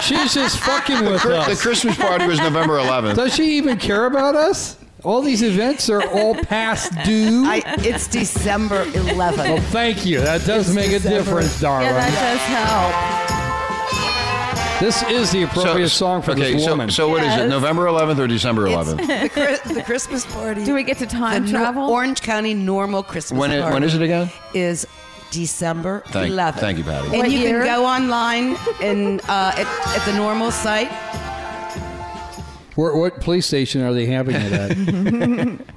She's just fucking with
Cri- The
us.
Christmas party was November 11th.
Does she even care about us? All these events are all past due.
I, it's December 11th.
well, thank you. That does make a
December.
difference,
yeah,
darling.
that does help.
this is the appropriate song for
okay,
this
so,
woman.
so what is it?
Yes.
November 11th or December 11th?
the, Chri- the Christmas party.
Do we get to time
the nor-
travel?
Orange County normal Christmas
When it-
party
when is it again?
Is December
Thank-
11th.
thank you, Patty.
And
What
you
year?
can go online and uh, at, at the normal site.
Where, what police station are they having it at?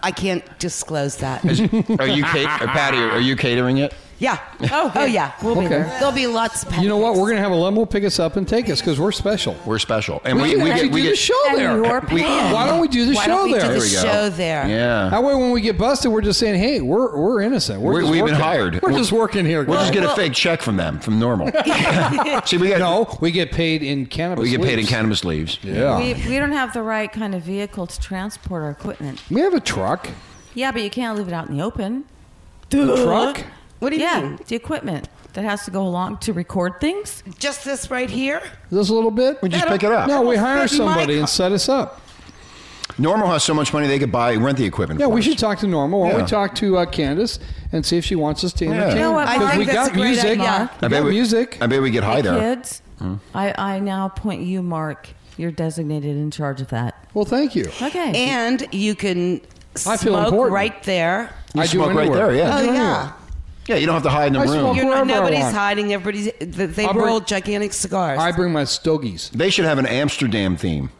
I can't disclose that.
Are you ca- or Patty? Are you catering it?
yeah. Oh, oh yeah. We'll
be Okay. there.
There'll be lots. Of
you know what? We're going to have a limo pick us up and take us because we're special.
We're special, and we,
can
we
actually
get we
do
get
the show
And
there.
you're
we-
paying.
Why don't we do the
Why
show
don't we
there?
There
do the
we go.
show there?
That
Yeah,
way, when we get busted, we're just saying, "Hey, we're we're innocent. We're
We're-
just
we've been
working.
hired.
We're
We're-
just working here.
we'll just
guys."
get a fake check from them from normal. See, we got
no. We get paid in cannabis.
we get paid in
leaves.
cannabis leaves.
Yeah,
We,
we,
we don't have the right kind of vehicle to transport our equipment.
have a truck.
Yeah, but you can't leave it out in the open.
A truck.
What do you
yeah,
mean?
the equipment that has to go along to record things.
Just this right here?
This little bit.
We just pick it up.
No, we
That'll
hire
fit in my
somebody
car.
and set us up.
Normal has so much money they could buy rent the equipment.
Yeah,
for
we
us.
should talk to Normal. Why don't
Yeah.
we talk to uh, Candace and see if she wants us to
Yeah.
entertain?
You know
what,
her?
I think
we
that's
got
a great
music.
idea. Yeah.
We got
we,
music.
I bet we get high
Hey,
there.
Kids, I, I now appoint you, Mark. You're designated in charge of that.
Well, thank you.
Okay.
And you can
I feel
smoke
important.
right there.
You
I do
smoke right
anywhere.
there. Yeah.
Oh,
anywhere.
yeah.
yeah, you don't have to hide in the
I
room.
smoke
You're not,
Wherever I
nobody's
want.
hiding. Everybody's they they
I'll bring-
roll gigantic cigars.
I bring my stogies.
They should have an Amsterdam theme,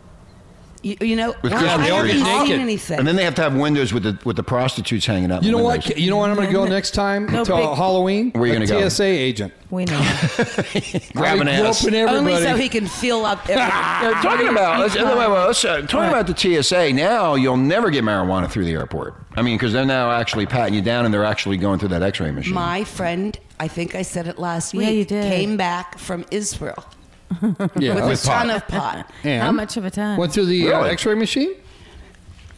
you, you know,
With
I
Christmas
haven't
trees.
seen
Naked.
anything.
and then they have to have windows with the with the prostitutes hanging out. in
You know
the
what?
windows.
You know what? I'm going to go next time
No
to
big-
Halloween.
Where you gonna
A
go?
TSA agent.
we know.
Grabbing
I
ass.
groping everybody.
Only so he can fill up. Every-
Yeah, talking about let's, wait, wait, wait, let's, uh, talking about the TSA. Now you'll never get marijuana through the airport. I mean, because they're now actually patting you down and they're actually going through that X-ray machine.
My friend, I think I said it last week.
Yeah, you did.
Came back from Israel
yeah.
with,
With
a ton
pot.
of pot.
And
How much of a ton?
Went through the uh,
Really?
X-ray machine.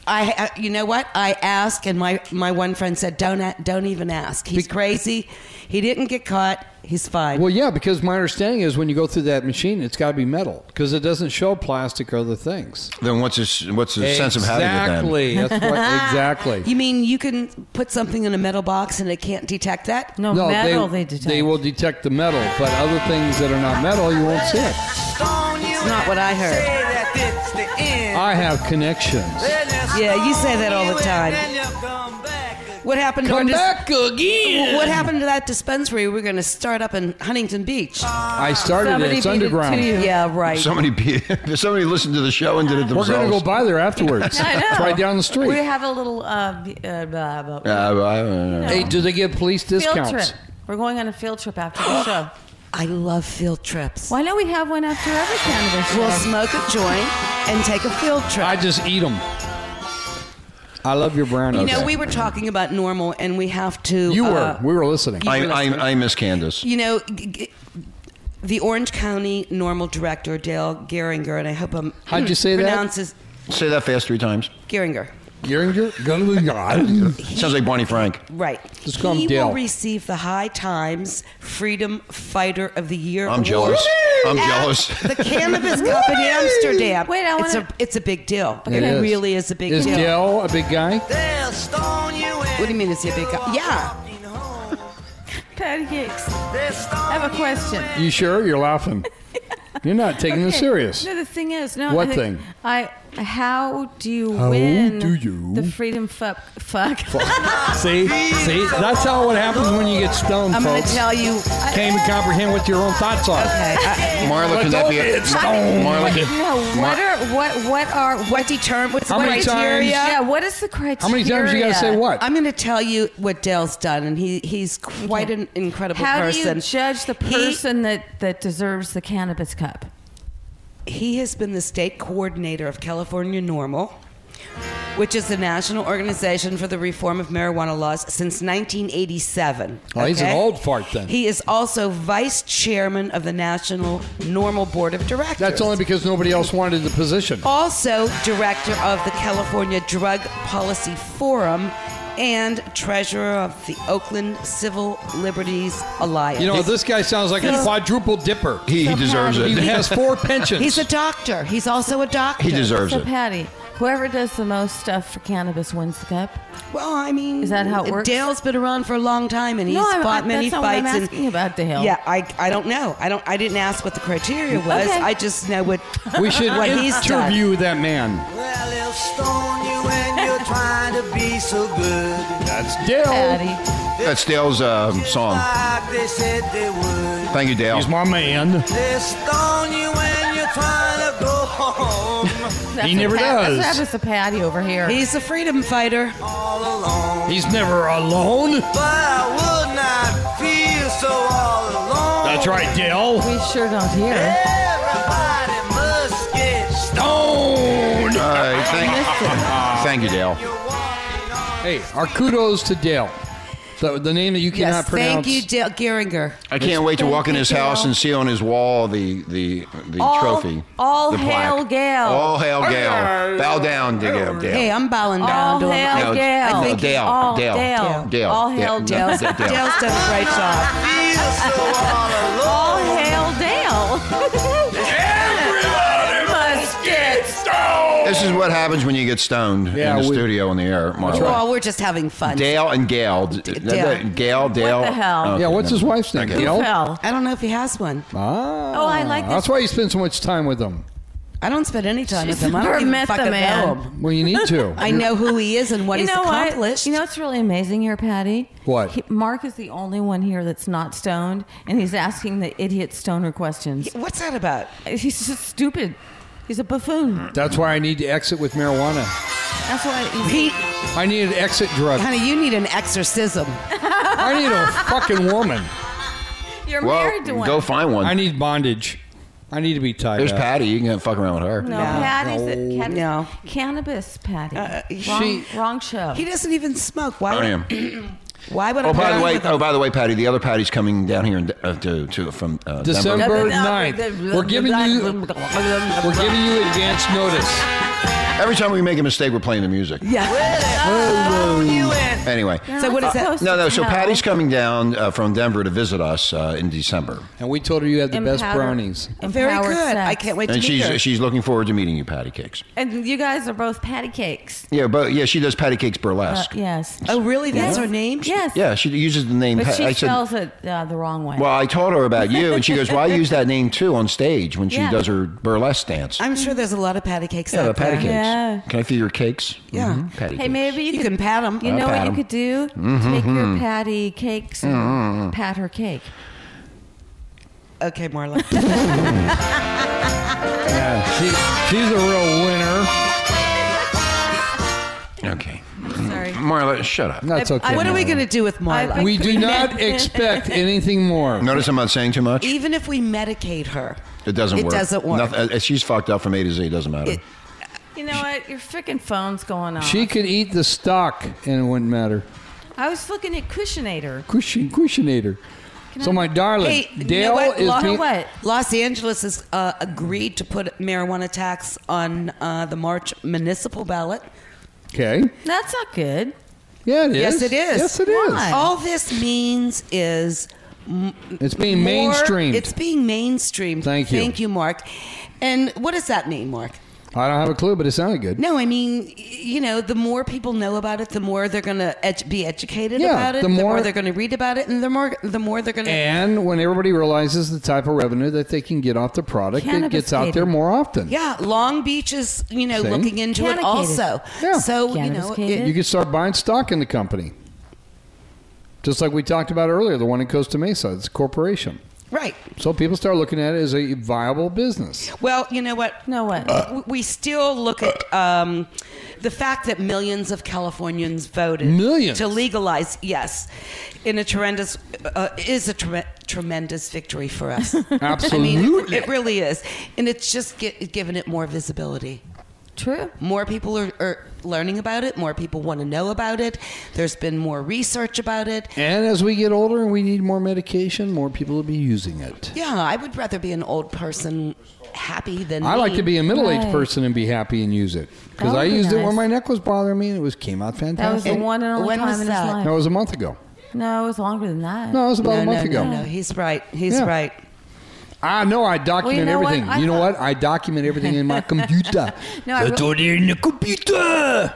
I, I, you know what? I asked, and my my one friend said, "Don't a- don't even ask. He's crazy. He didn't get caught. He's fine."
Well, yeah, because my understanding is when you go through that machine, it's got to be metal because it doesn't show plastic or other things.
Then what's this, what's the sense of having it then?
exactly. That's what, exactly.
you mean you can put something in a metal box and it can't detect that?
no, Oh, metal they, detect.
They will detect the metal, but other things that are not metal, you won't see it.
stone you
It's not what I heard. Uh,
Say that it's the end.
I have connections.
Then they'll
Yeah, you
stone
say that all the
you and
time.
then they'll come back again.
What happened to our
Come
dis-
back again.
What happened to that dispensary we are going to start up in Huntington Beach?
I started it.
Somebody
It's
beat it to
underground.
you.
yeah, right.
Somebody pe- somebody listened to the show and did it
We're
themselves.
gonna go by there afterwards.
I know.
It's right down the street.
We have a little uh, b- uh, blah, blah, blah.
Uh, I don't know.
hey, do they give police
field
discounts?
trip. We're going on a field trip after the show.
I love field trips.
Why don't we have one after every cannabis show?
We'll smoke a joint and take a field trip.
I just eat them. I love your brownies.
you know, we were talking about normal, and we have to.
You were.
uh,
we were listening.
I, I, I miss Candace.
You know, g- g- the Orange County normal director Dale Geringer, and I hope I'm
How'd you say that?
pronounces
Say that fast three times.
Geringer.
Geringer?
Sounds like Bonnie Frank.
Right.
Just call him
he
Dale.
will receive the High Times Freedom Fighter of the Year.
I'm
Award.
jealous. I'm
at
jealous.
The cannabis cup in Amsterdam.
Wait, I
it's
wanna-
a it's a big deal.
It
It,
is.
really is a big
Is
deal.
Dell a big guy?
They'll stone you in.
What do you mean? Is he a big guy? Yeah.
Patty cakes.
They'll stone
I have a question.
You sure? You're laughing. You're not taking this
Okay.
serious.
No, the thing is, no.
What
I think-
thing?
I how do you
How
win?
do you-
the freedom fuck fuck?
See, see, that's how what happens when you get stoned,
I'm going to
folks.
tell you.
Can't even comprehend what your own thoughts are.
Okay. I-
Marla, can that be a,
Let's all get stoned.
Marla, can,
no, what are what what are
what determine? What's
How
the
many times-
criteria?
yeah? What is the criteria?
How many times you got to say what?
I'm going to tell you what Dale's done, and he, he's quite an incredible
How
person.
do you judge the
He-
person that that deserves the cannabis cup?
He has been the state coordinator of California Normal, which is the national organization for the reform of marijuana laws since 1987.
Oh, he's an
okay?
old fart then.
He is also vice chairman of the National Normal Board of Directors.
That's only because nobody else wanted the position.
also director of the California Drug Policy Forum and treasurer of the Oakland Civil Liberties Alliance.
You know, this guy sounds like a quadruple dipper.
he, he deserves
He
it.
has four pensions.
he's a doctor. He's also a doctor.
He deserves
So
it.
Patty, whoever does the most stuff for cannabis wins the cup.
Well, I mean,
Is that how it works?
Dale's been around for a long time, and he's
No, I'm-
fought
I-
many
that's not what I'm
fights.
asking
and,
about, Dale.
Yeah, I, I don't know. I don't. I didn't ask what the criteria was.
Okay.
I just know what
we should
what he's done.
interview that man.
Well, they'll stone you when you're trying to be so good.
That's Dale.
Patty,
That's Dale's um, song.
Like they said they would.
Thank you, Dale.
He's my man.
They'll stone you when you're trying to go home
that's
He never
what hap-
does.
That's what happens to Patty over here.
He's a freedom fighter.
all alone.
He's never alone.
But I would not feel so all alone.
That's right, Dale.
we sure don't hear.
Everybody must get
Stone.
All right, thank, thank you, Dale.
Hey, our kudos to Dale. The, the name that you cannot
yes,
pronounce.
thank you, Dale Geringer.
I can't wait to walk in his house and see on his wall the the the
All-
trophy.
all
the plaque.
hail Gail.
All hail Gail. Bow down to him, Dale.
Hey, I'm bowing
All
down to him.
hail
No,
Gail.
no, Dale,
All
Dale,
Dale.
Dale,
All hail
Dale,
Dale.
Dale's,
Dale.
Dale's done a great job.
feel so all alone.
All hail Dale. Everybody must get
This is what happens when you get stoned
Yeah,
in the
we-
studio on the air. Marla.
Well, we're just having fun.
Dale and Gail. D- d-
Dale.
Gail, Dale.
the hell?
Okay,
Yeah, what's
never
his
mind.
wife's name?
Okay.
Dale?
fell.
I don't know if he has one.
Ah,
Oh, I like
That's
this.
why you spend so much time with him.
I don't spend any time
She's
with him. I
never
don't even
met the
fucking know
man.
him.
Well, you need to.
I know who he is and what
you
he's
know
accomplished.
what? You know what's really amazing here, Patty?
What?
He- Mark is the only one here that's not stoned, and he's asking the idiot stoner questions.
What's that about?
He's just stupid. He's a buffoon.
That's why I need to exit with marijuana.
That's why he's
He,
I need an exit drug.
honey, you need an exorcism.
I need a fucking woman.
You're married to
Well,
one.
go find one.
I need bondage. I need to be tied
There's
up.
Patty. You can fuck around with her.
no,
No.
Patty's a- Patty's-
No.
cannabis, Patty. Uh, wrong,
she-
wrong show.
Uh, He doesn't even smoke.
I
Why? would-
am.
Why would I?
Oh, by
put
the
him
way,
with him?
oh, by the way, Patty, the other Patty's coming down here in, uh, to, to from uh, Denver.
December 9th. We're giving you we're giving you advance notice.
Every time we make a mistake, we're playing the music.
yeah.
Anyway,
So what is that?
no, no. So
No.
Patty's coming down uh, from Denver to visit us uh, in December,
And we told her you had the best
Empower-
brownies.
Very
empowered
good.
sex.
I can't wait to
and
meet
she's
her.
she's looking forward to meeting you, Patty Cakes.
And you guys are both patty cakes.
Yeah, but yeah, she does Patty Cakes
Uh,
burlesque.
yes.
oh, really?
Yes.
That's her name?
Yes.
Yeah, she uses the name.
But
Pat-
she
I said,
spells it uh, the wrong way.
well, I told her about you, and she goes, "Well, I use that name too on stage when she
Yeah.
does her burlesque dance."
I'm sure there's a lot of patty cakes
yeah, the
out
patty
there.
cakes.
Yeah.
Can I feel your cakes?
Yeah.
Mhm, Patty
hey,
cakes.
maybe you,
You
could,
can pat them.
You know
pat
what
'em.
you could do?
Mm-hmm.
Take your patty cakes and pat her cake.
Okay, Marla.
Yeah, she, she's a real winner.
Okay,
Sorry.
Marla, shut up.
That's
I-
okay.
I-
what are we going to do with Marla?
I-
We do not expect anything more.
Notice I'm not saying too much.
Even if we medicate her,
It doesn't
It
work.
doesn't work.
Nothing- uh, she's fucked up from A to Z. It doesn't matter.
It-
You know what? Your freaking phone's going off.
She could eat the stock and it wouldn't matter.
I was looking at Cushionator.
Cushion, cushionator. So my darling,
Hey, you know
Dale
what?
is
Lo-
You know
being-
what?
Los Angeles has uh, agreed to put marijuana tax on uh, the March municipal ballot.
okay.
That's not good.
Yeah, it is.
Yes, it is.
Yes, it is.
Why?
All this means is
It's being
more-
mainstreamed.
It's being mainstreamed.
Thank you.
Thank you, Mark. And what does that mean, Mark?
I don't have a clue, but it sounded good.
No, I mean, y- you know, the more people know about it, the more they're going to edu- be educated
Yeah,
about it.
the
The more,
more-
they're going to read about it, and the more the more they're going to.
And when everybody realizes the type of revenue that they can get off the product, it
Cannabis
gets out there
dating.
more often.
Yeah, Long Beach is you know
See?
looking into it
Canicated.
also.
Yeah.
Oh,
So you know,
Canicated.
it-
You can start buying stock in the company. Just like we talked about earlier, the one in Costa Mesa, it's a corporation.
right?
So people start looking at it as a viable business.
Well, you know what?
No, what?
W- we still look at um, the fact that millions of Californians voted
Millions.
to legalize. Yes, in a tremendous uh, is a tre- tremendous victory for us. I mean,
Absolutely.
it, it really is, and it's just get, giving it more visibility.
True.
More people are, are learning about it. More people want to know about it. There's been more research about it.
And as we get older and we need more medication, more people will be using it.
Yeah, I would rather be an old person happy than
I like to be a middle aged
Right.
person and be happy and use it. Because
That
I
would be
used it when
Oh, nice.
my neck was bothering me and it was came out
That was
fantastic.
the one and only
When
time
was
in
that?
his
That
life.
was a month ago.
No, it was longer than that.
No, it was about
no,
a month
no,
ago.
No, no, he's right. He's
Yeah.
right.
I know I document
know what?
everything.
I
you know
thought-
what? I document everything in my computer.
No, I
So
re-
it's all there in the computer.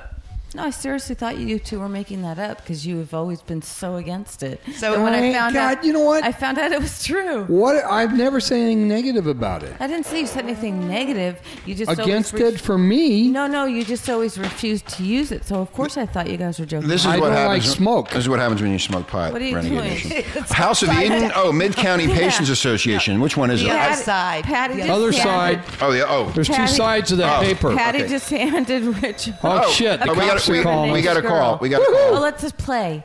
No, I seriously thought you two were making that up because you have always been so against it.
So
But when I
Thank
found
God,
out,
you know what?
I found out it was true.
What? I've never said anything negative about it.
I didn't say you said anything negative. You just always
Against
re-
it for me.
No, no, you just always refused to use it. So of course I thought you guys were joking.
This is
I
what
don't
happens.
like smoke.
This is what happens when you smoke pot.
What are you
Renegade
doing?
Nation. House of Eden. Oh, Mid County Patients Association. Which one is
The
it?
other
Patty-
side.
Patty
The
just
Other
handed-
side.
Oh, yeah. Oh,
There's two
Patty-
sides of that
Oh.
paper.
Patty
Okay.
just handed Rich.
Oh, shit! The
oh, we, got,
cops are
we,
calling.
we got a call. We got a
Oh,
call.
let's just play.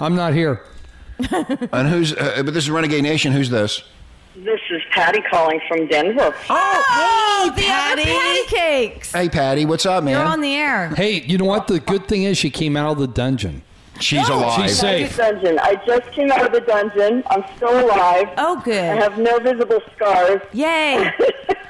I'm not here.
And who's? Uh, but this is Renegade Nation. Who's this?
This is Patty calling from Denver.
Oh, the other
Patty.
pancakes.
Hey, Patty. What's up, man?
You're on the air.
Hey, you know what? The good thing is she came out of the dungeon.
She's alive.
She's safe.
Dungeon. I just came out of the dungeon. I'm still alive.
Oh, good.
I have no visible scars.
Yay.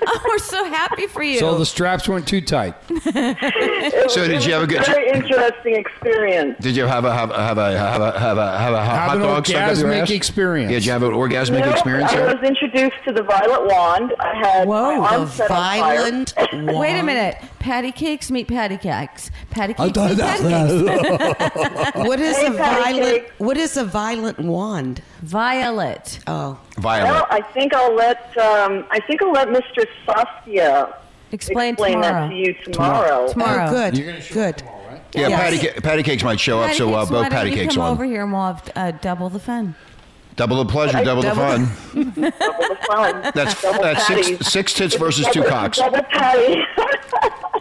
oh, we're so happy for you.
So the straps weren't too tight.
It
So
was-
did
it
you have a
was
good-
Very interesting experience.
Did you have a have, have a have a have a have a hot
an
dog stuck up your
orgasmic
ass?
experience.
Yeah, did you have an orgasmic
No,
experience?
I
there?
was introduced to the violet wand. I had
Whoa,
my arm
the
set on fire.
violent wand.
Wait a minute. Patty cakes meet patty cakes. Patty
I
cakes
thought
meet
that
patty cakes.
What is
Hey,
a
Patty
violent?
Cake.
What is a violent wand?
Violet.
Oh,
Violet.
Well, I think I'll let um, I think I'll let Mr. Saskia
Explain tomorrow.
that to you tomorrow.
Tomorrow.
oh, good,
You're gonna show
good.
yeah,
yes.
patty ca- patty cakes might show up.
Patty
so uh,
cakes, why
both
don't
patty
you
cakes
come
on.
over here and we'll have uh, double the fun.
Double the pleasure, double, the
double-
fun.
It was fun.
That's
Double
that's six
patties.
six tits versus two
Double-
cocks.
Double patty.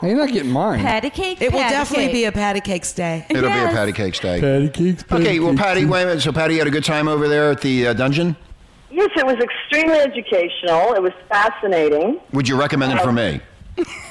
Hey, You're not getting mine.
Patty cake.
It will
patty
definitely
cake.
be a patty cakes day.
It'll be a
Yes.
patty cakes day.
Patty cakes.
Okay, well, Patty, wait a minute. So, Patty had a good time over there at the uh, dungeon.
yes, it was extremely educational. It was fascinating.
Would you recommend it for me?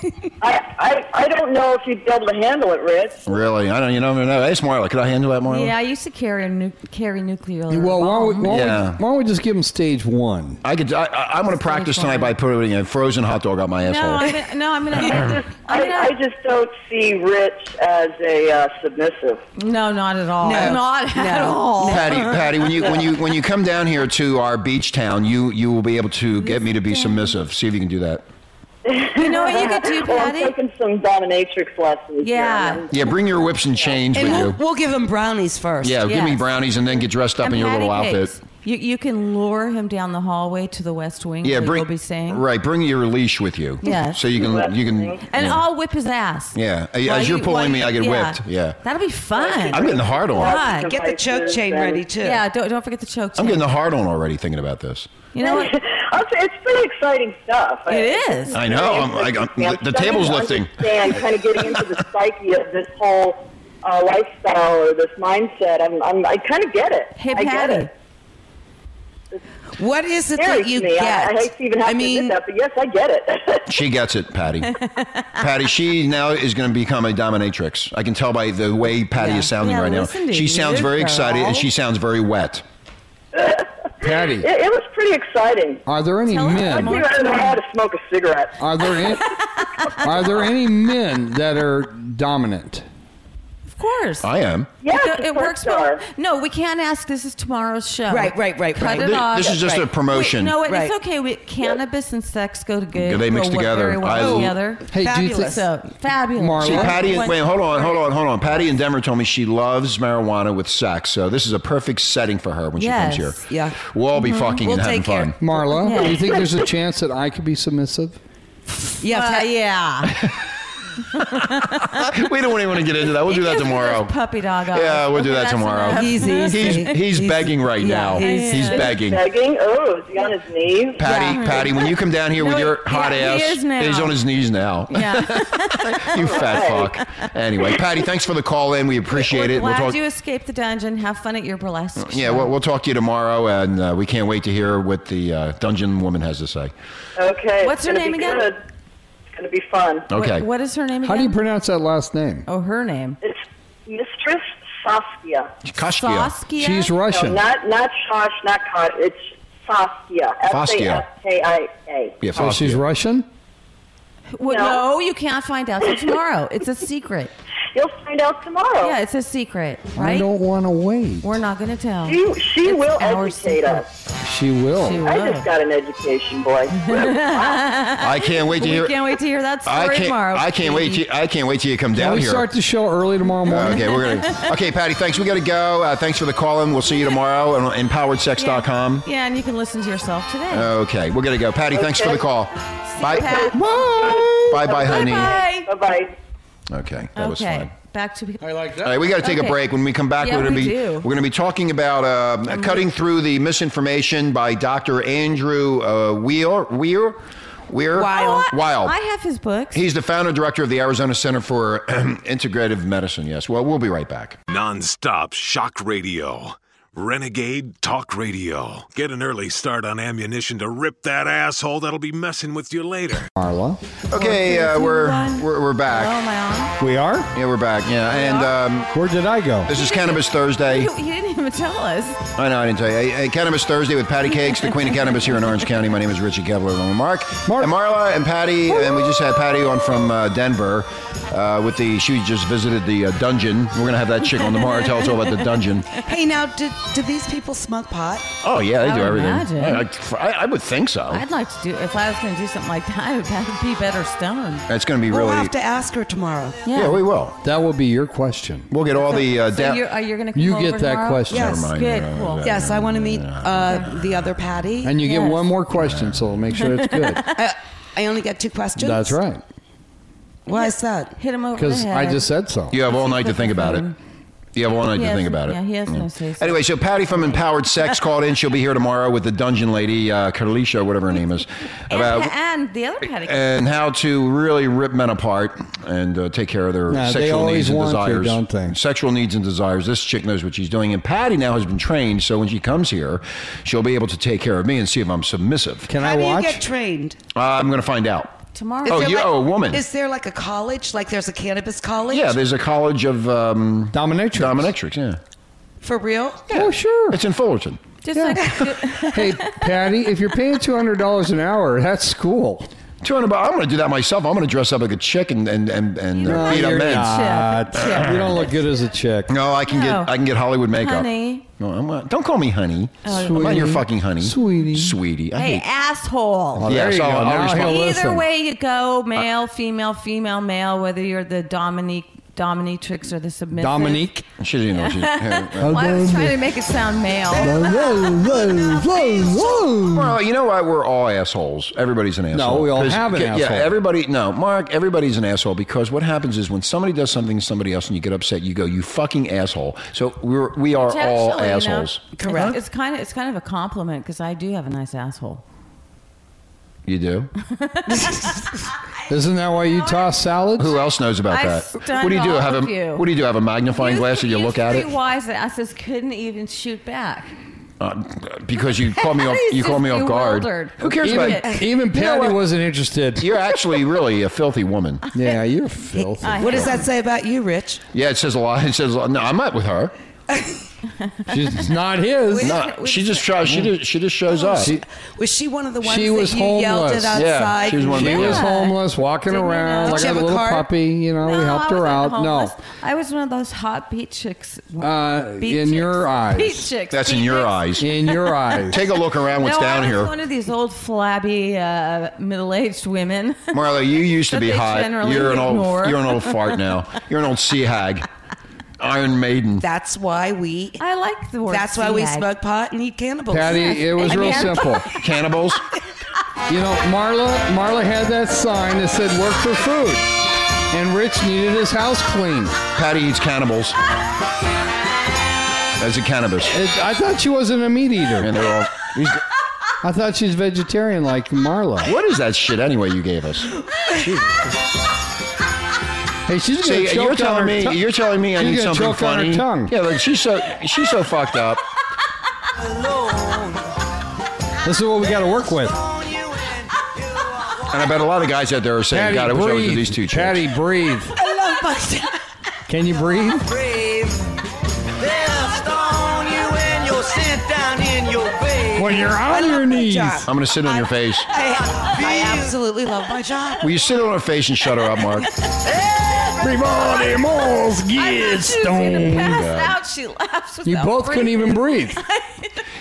I, I, I don't know if you'd be able to handle it, Rich.
Really? I don't. You don't even know. It's Marla. Could I handle that,
uh,
Marla?
Yeah, I used to carry a nu- carry nuclear.
Well, why don't, we, why, don't
Yeah.
we, why don't we just give them stage one?
I could. I, I, I'm going to practice tonight by putting a frozen hot dog on my
no,
asshole.
I'm gonna, no, I'm gonna,
I,
I'm
I
gonna
just don't see Rich as a uh, submissive.
no, not at all,
No.
not at
No.
all.
Patty, Patty, when you when you when you come down here to our beach town, you you will be able to get me to be submissive. See if you can do that.
You know what you could do,
Well, I'm
Patty?
taking some dominatrix lessons. here,
Yeah.
and
Yeah, bring your whips and chains
And
with
we'll,
you.
we'll give them brownies first.
yeah, give me
Yes.
brownies and then get dressed up
And
in your little
patty
outfit.
cakes. You you can lure him down the hallway to the west wing.
Yeah,
like
bring
you'll be saying
right. Bring your leash with you.
Yeah.
So you can you can.
and
yeah.
I'll whip his ass.
Yeah, as
While
you're
while
pulling me, I get whipped. Yeah.
that'll be fun.
I'm getting hard on.
God.
Get the choke
devices
chain
and-
ready too.
yeah, don't don't forget the choke.
I'm
check.
getting the hard on already thinking about this.
You know what?
I'll say it's pretty exciting stuff.
It is.
I know. I'm, I, I'm, the, the table's lifting.
And kind of getting into the psyche of this whole uh, lifestyle or this mindset. I'm, I'm, I kind of get it.
Hey,
I get
Patty.
it.
What is it that
Scares
you
me.
get?
I, I hate to even have
I mean,
to admit that, but yes, I get it.
She gets it, Patty. Patty, she now is going to become a dominatrix. I can tell by the way Patty is sounding
Yeah,
right now.
listen to
She
you,
sounds very excited
girl.
and she sounds very wet.
Patty,
It, it was pretty exciting.
are there any
Tell us
men?
more.
You don't know how to smoke a cigarette.
Are there any, are there any men that are dominant?
Of course.
I am.
Yeah,
Yes,
it
of course
works.
you are.
But no, we can't ask. This is tomorrow's show.
Right, right, right,
Cut
right.
it
Thi-
off.
this is just a
Wait,
promotion.
no, it- it's
Right.
okay. We, cannabis and sex go together.
They mix together.
Very
I-
well together.
Hey, do you think-
Fabulous.
So fabulous.
Marla?
See,
Hello?
Patty, wait, hold on, hold on, hold on. Patty in Denver told me she loves marijuana with sex, so this is a perfect setting for her when
Yes.
she comes here.
Yeah.
We'll all be
Mm-hmm.
fucking
We'll
and having
take care.
fun.
Marla,
Yeah.
do you think there's a chance that I could be submissive?
Yeah,
Uh,
fa-
yeah.
we don't even want to get into that. We'll do that
Give me those
tomorrow.
Puppy dog. eyes.
Yeah, we'll do that
That's
tomorrow.
enough.
He's easy.
He's he's begging right
yeah,
now. He's,
he's-
begging.
Begging. Oh, is he on his knees?
Patty, Patty, when you come down here
No,
with your
he-
hot
yeah,
ass,
he is now.
he's on his knees now.
Yeah.
you fat fuck. Anyway, Patty, thanks for the call in. We appreciate
We're
it.
glad
talk.
you escaped the dungeon. Have fun at your burlesque.
yeah,
show.
we'll, we'll talk to you tomorrow, and uh, we can't wait to hear what the uh, dungeon woman has to say.
Okay.
What's
it's
her
gonna
name
be
again?
Good. It's gonna be fun.
What-
Okay.
what is her name? Again?
How do you pronounce that last name?
Oh, her name.
It's Mistress Saskia.
Kashkia.
Saskia.
She's
No,
Russian.
not not Shosh, not Kosh. It's Saskia. S A S K I A.
Yeah,
So she's
Saskia.
Russian?
Well, no.
No.
you can't find out till tomorrow. It's a secret.
You'll find out tomorrow.
Yeah, it's a secret,
I
right?
don't want to wait.
We're not going to tell.
She she
It's
will
our
educate
secret.
us.
She will.
She
I
will.
just got an education, boy.
I can't wait to
We
hear.
can't wait to hear that story
I can't.
tomorrow.
I can't wait. To, I can't wait till you come
Can
down
we
here.
start the show early tomorrow morning?
Okay, we're gonna. Okay, Patty, thanks. We gotta go. Uh, thanks for the call in. We'll see you tomorrow on empoweredsex.com.
Yeah, and you can listen to yourself today.
Okay, we're gonna go. Patty, thanks for the call. Bye.
Pat.
Bye, bye, honey.
Bye.
Bye bye.
Okay, that was
Okay,
fun.
back to
I like
All right,
that.
we got to take
Okay.
a break. When we come back,
Yeah,
we're going to
we
be
do.
we're going to be talking about uh, cutting through the misinformation by Dr. Andrew uh, Weir Weir Weir
Weil.
Weil.
Oh, I have his books.
He's the founder and director of the Arizona Center for Integrative Medicine. Yes. Well, we'll be right back.
Nonstop shock radio. Renegade Talk Radio. Get an early start on ammunition to rip that asshole that'll be messing with you later.
Marla.
Okay,
Four,
uh,
three, two,
we're,
one.
we're we're
Hello,
back.
am I
We are?
Yeah, we're back. Yeah, and um,
Where did I go?
this is Cannabis
on?
Thursday.
He, he didn't even tell us.
I know I didn't tell you. Hey, hey, Cannabis Thursday with Patty Cakes, the Queen of Cannabis here in Orange County. My name is Richie Kevler along with Mark,
Mark.
and Marla and Patty, and we just had Patty on from uh, Denver uh, with the. She just visited the uh, dungeon. We're gonna have that chick on tomorrow. to Tell us all about the dungeon.
hey, now, do, do these people smoke pot?
Oh yeah, they
I
do
would
everything.
imagine.
I, I, I would think so.
I'd like to do, if I was going to do something like that, I would have to be better stoned.
it's gonna be
We'll
really.
have to ask her tomorrow.
Yeah.
yeah, we will.
That will be your question.
We'll get all the uh,
so
da-
you're, are you going to come
You
over
get that
tomorrow?
question.
Yes.
Never mind.
Good,
Uh,
cool.
Yes, I want to meet uh, the other Patty.
And you get
Yes.
one more question, so make sure it's good.
I, I only got two questions.
That's right.
Why is that?
Hit him over the
Because
head.
I just said so.
You have all night to think about it. You have all night
He
to
has-
think about it.
yeah, he has no say so.
Anyway, so Patty from Empowered Sex called in. She'll be here tomorrow with the dungeon lady, uh, Carlicia, whatever her name is,
and,
about Uh,
and the other petty.
and how to really rip men apart and uh, take care of their
Nah, they
sexual
always
needs and
want to,
desires.
don't they?
Sexual needs and desires. This chick knows what she's doing, and Patty now has been trained. So when she comes here, she'll be able to take care of me and see if I'm submissive.
Can
How
I
do
watch?
you get trained?
Uh, I'm going to find out.
tomorrow.
Oh,
Is there
you- oh, a woman.
Is there like a college? Like there's a cannabis college?
Yeah, there's a college of um,
Dominatrix.
dominatrix. Yeah,
For real?
Oh, sure.
it's in Fullerton.
Just like
hey, Patty, if you're paying $200 an hour, that's cool.
Two hundred bucks. I'm going to do that myself. I'm going to dress up like a chick and and and, and uh,
No,
beat up
you're
men.
not. Chick.
You don't look good as a chick.
No, I can
No.
get I can get Hollywood makeup.
Honey.
No,
Oh,
I'm, not- don't call me honey. I'm not your
Sweetie.
fucking honey.
Sweetie.
Sweetie. I
hey,
hate-
asshole.
there
Yes,
you
I'll-
go.
I'll
Now
respond.
he'll
Either
listen.
way you go, male, female, female, male. Whether you're the Dominique dominatrix or the submissive.
Dominique.
She didn't know. She, yeah,
Well, I was trying to make it sound male.
well, you know what? We're all assholes. Everybody's an asshole.
we all
'Cause-
have an
yeah,
asshole.
Yeah, everybody. No, Mark. Everybody's an asshole because what happens is when somebody does something to somebody else and you get upset, you go, "You fucking asshole." So we're we are all
Actually, you know,
assholes.
it's- It's kind of it's kind of a compliment because I do have a nice asshole.
You do.
Isn't that why you toss salads?
Who else knows about
I
that?
stunned
What do you do?
all
Have
of
a
you.
what do you do? Have a magnifying glass that you
Used
look
to
at
be
it
Wise asses couldn't even shoot back.
uh, because you call me off.
He's
You call
just
me off guard.
bewildered.
Who cares
Even-
about?
Even
You know
Patty
what?
wasn't interested.
You're actually really a filthy woman.
Yeah, you're filthy.
I-
What does that say about you, Rich?
Yeah, it says a lot. It says a lot. no. I'm not with her.
She's not his.
No, she just tries. She
Mm.
just, she just shows
Oh,
up.
She-
Was she one of the ones
She
that
was
you yelled
homeless.
at
Yeah,
outside?
she was one of
She
Yeah.
was homeless, walking
Didn't we
around
know?
like
Did you
a
have a
little
cart?
puppy. You know, we
No,
helped
I
her out.
wasn't
No,
homeless. I was one of those hot beat chicks.
Uh,
Beat
in
chicks.
your eyes.
Beat chicks.
That's
beat
in your
chicks.
eyes.
in your eyes.
Take a look around. What's
no,
down
I was
here?
one of these old flabby uh, middle-aged women.
Marla, you used to
That
be
they
hot.
generally
You're an old
ignore.
you're an old fart now. You're an old sea hag. Iron Maiden.
That's why we.
I like the word.
That's why we
sag.
smoke pot and eat cannibals.
Patty, it was real
Again.
simple.
Cannibals.
You know, Marla, Marla had that sign that said "Work for food," and Rich needed his house cleaned.
Patty eats cannibals. As a cannabis.
It, I thought she wasn't a meat
And
eater.
they're all he's,
I thought she's vegetarian like Marla.
What is that shit anyway you gave us?
Hey, she's
See,
gonna choke
you're
on her
telling me
tongue.
you're telling me I
She's
need
gonna
something
choke on her
funny.
tongue.
Yeah, like she's so she's so fucked up.
This is what we got to work with.
And I bet a lot of guys out there are saying,
Patty,
God, I wish I was
breathe.
with these two chicks.
Patty, breathe.
I love bugs.
Can you breathe?
brave. They'll stone you and you're sent down in your grave.
When you're on your knees.
job.
I'm gonna sit on your face.
I, I absolutely love my job.
Will you sit on her face and shut her up, Mark?
Everybody must get
She
stoned.
passed out. She laughs.
You
without
both couldn't
breathing.
even breathe.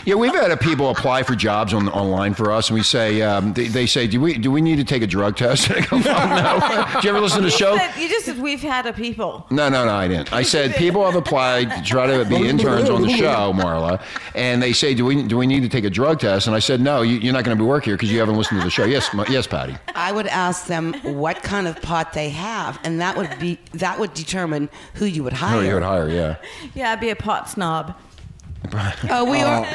Yeah, we've had uh, people apply for jobs on, online for us, and we say um, they, they say, "Do we do we need to take a drug test?" And I go, "Oh, no." Did you ever listen to the show?
But You just said we've had a people.
No, no, no, I didn't. I said people have applied to try to be interns on the show, Marla, and they say, "Do we do we need to take a drug test?" And I said, "No, you, you're not going to be work here because you haven't listened to the show." Yes, Ma- yes, Patty.
I would ask them what kind of pot they have, and that would be that would determine who you would hire.
No, you would hire. Yeah,
Yeah, I'd be a pot snob.
Oh, we are.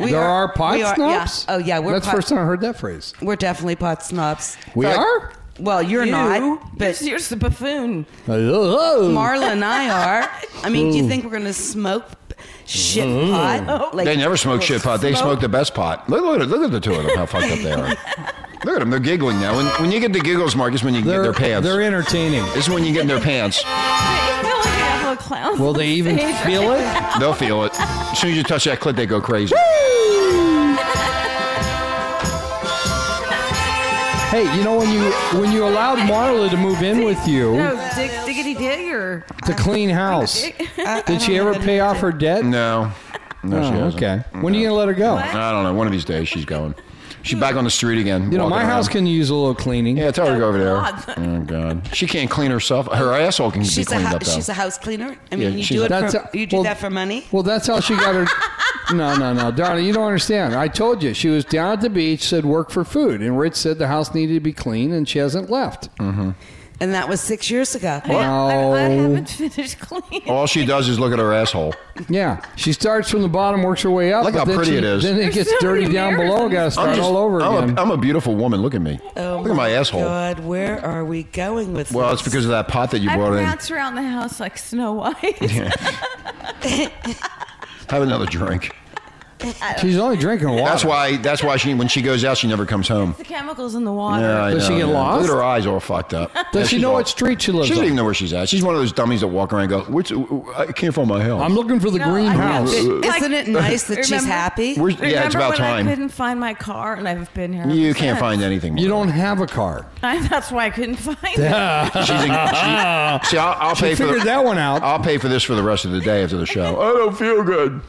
We
there are, pot
we yeah.
snobs.
Oh yeah, we're
that's the
pot,
first time I heard that phrase.
we're definitely pot snobs.
We
Like-
are.
Well, you're
You?
not, but
you're just a buffoon.
Marla and I are. I mean, do you think we're gonna smoke shit pot? Like
they never smoke shit pot. They smoke the best pot. Look, look at look at the two of them. How fucked up they are. Look at them. They're giggling now. When when you get the giggles, Mark, is when you can
They're,
get their pants.
they're entertaining.
This is when you get in their pants.
I feel like a couple of clowns.
Will they even feel it?
They'll feel it. As soon as you touch that clit, they go crazy.
Hey, you know when you when you allowed Marla to move in with you
No, Oh, dig, diggity dig or
to clean house, did she ever pay off her debt?
No. No, she
Oh,
hasn't.
okay. When are you gonna let her go?
I don't know. One of these days, she's going. She's back on the street again.
You know, my
walking
house
around.
can use a little cleaning.
Yeah, tell her to go over there.
God.
Oh God, she can't clean herself. Her asshole can be
she's a
cleaned
hou-
up though.
she's a house cleaner. I
Yeah,
mean, you
she's
do
a-
it.
That's
For,
a-
you do
well-
that for money.
Well, that's how she got her. No, no, no, Darling, you don't understand. I told you she was down at the beach, said work for food, and Rich said the house needed to be clean, and she hasn't left.
And that was six years ago.
I, I
No.
haven't finished cleaning.
All she does is look at her asshole.
Yeah, she starts from the bottom, works her way up.
Look
but
how
then
pretty
she-
it is.
Then it
There's
gets
so
dirty
many
down
mirrors
below.
in
Got to
this
start
just-
all over
I'm
again.
A, I'm a beautiful woman. Look at me. look at my asshole.
God, where are we going with
Well,
this?
it's because of that pot that you
I
brought in.
bounce around the house like Snow White.
Have another drink.
She's only drinking water.
That's why. That's why she when she goes out, she never comes home.
the chemicals in the water.
I
Does she
know,
get
yeah.
lost?
Look at her eyes all fucked up.
Does she
she's
know
all-
what street she lives
She doesn't
on?
even know where she's at. She's one of those dummies that walk around and go, Which, I can't find my house.
I'm looking for the
No,
green
I
house.
know.
Isn't it nice that she's
Remember-
happy?
Where's-
Remember
yeah, it's about
when
time.
I couldn't find my car, and I've been here.
you
ever
can't
since.
find anything.
You don't have a car.
I, that's why I couldn't find it.
She's in, she, see, I'll, I'll pay for
figured
the, Uh,
that one out.
I'll pay for this for the rest of the day after the show. I don't feel good.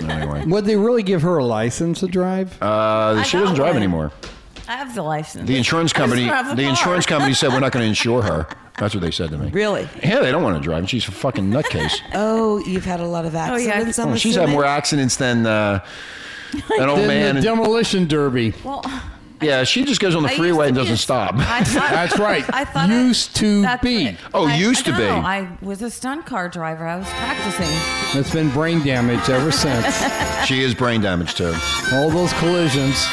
Anyway,
Would they really give her a license to drive?
uh,
I
she
got
doesn't drive
one.
anymore.
I have the license.
The insurance
I just
company,
don't have
the
car.
insurance company said we're not going to insure her. That's what they said to me.
Really?
Yeah, they don't want to drive. She's a fucking nutcase.
Oh, you've had a lot of
yeah.
accidents. I'm
Oh, she's had
assuming.
more accidents than uh, an old man.
Then the
and-
demolition derby.
Well,
yeah, she just goes on the
I used
freeway
to
and
be
doesn't
a-
stop.
I thought,
That's right.
I thought
Used
I,
to
that's
be.
what-
Oh, used to
no,
be.
I was a stunt car driver. I was practicing.
It's been brain damage ever since.
she is brain damaged too.
All those collisions.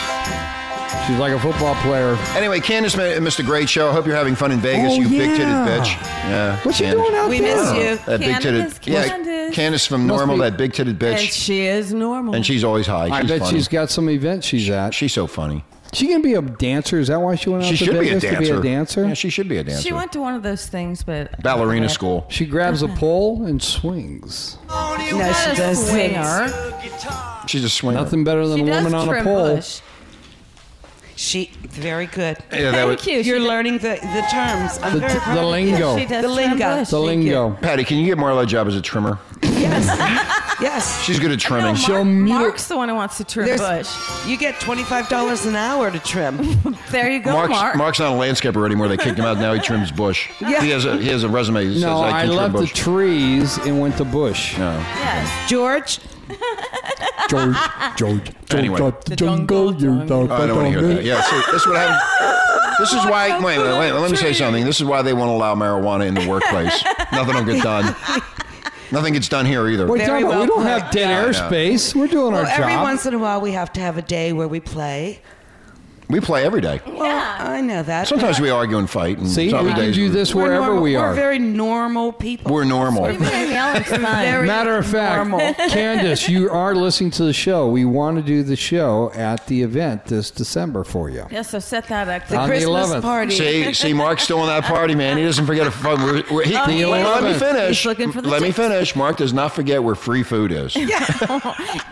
She's like a football player.
Anyway, Candace ma- missed a great show. I hope you're having fun in Vegas,
Oh,
you big titted
yeah.
bitch. Yeah.
What's she
Candace.
doing out
We
there?
miss you.
That big titted.
Candace, Candace. is?
Candace from
Must
Normal,
be-
that big titted bitch.
And she is normal.
And she's always high.
I
She's
bet
funny.
she's got some event she's at.
She's so funny.
She can be a dancer. Is that why she went out
She
to
should be a
Vegas
dancer.
to be a dancer?
Yeah, she should be a dancer.
She went to one of those things, but
Ballerina school.
She grabs a pole and swings.
No, she
Not a
does
swinger.
She's a swinger.
Nothing better than
She
a
does
woman on a
trim
pole.
bush.
She very good.
Yeah, that
Thank
was,
you.
You're
She-
learning the, the terms. I'm
The-
very
the
proud of you.
lingo.
She does
The
trim
lingo.
bush.
The
Thank you.
lingo.
Patty, can you get Marla a job as a trimmer?
Yes.
She's good at trimming.
Mark-
She'll mute-
Mark's the one who wants to trim
There's-
bush.
You get twenty five dollars an hour to trim.
There you go,
Mark's,
Mark.
Mark's not a landscaper anymore. They kicked him out. Now he trims bush.
Yeah.
He has a he has a resume. That
No,
says, I,
I
can
left
trim
the
bush.
trees and went to bush.
no.
Yes.
George,
George, George,
Anyway.
George, the jungle, you dog.
Oh, I don't want to hear that. Yeah, see, this is what happened. This is why. Wait, wait, wait. Let me say something. This is why they won't allow marijuana in the workplace. Nothing will get done. Nothing gets done here either.
Wait,
Very
time out.
well
we don't
put.
have dead
Yeah, I know.
airspace. We're doing
well,
our job.
every once in a while we have to have a day where we play.
We play every day.
Well, I know that.
Sometimes we argue and fight. And
See,
some
we can
days
do this
We're
wherever
normal-
we
We're
are.
very normal people.
We're normal.
Very
Matter of fact,
normal.
Candace, you are listening to the show. We want to do the show at the event this December for you.
Yeah, so set that up.
on the
Christmas
11th.
party.
See, see, Mark's still in that party, man. He doesn't forget a fun. We're, we're,
Oh,
he,
he
let me
is.
finish.
He's looking for the
let me
tips.
finish. Mark does not forget where free food is.
and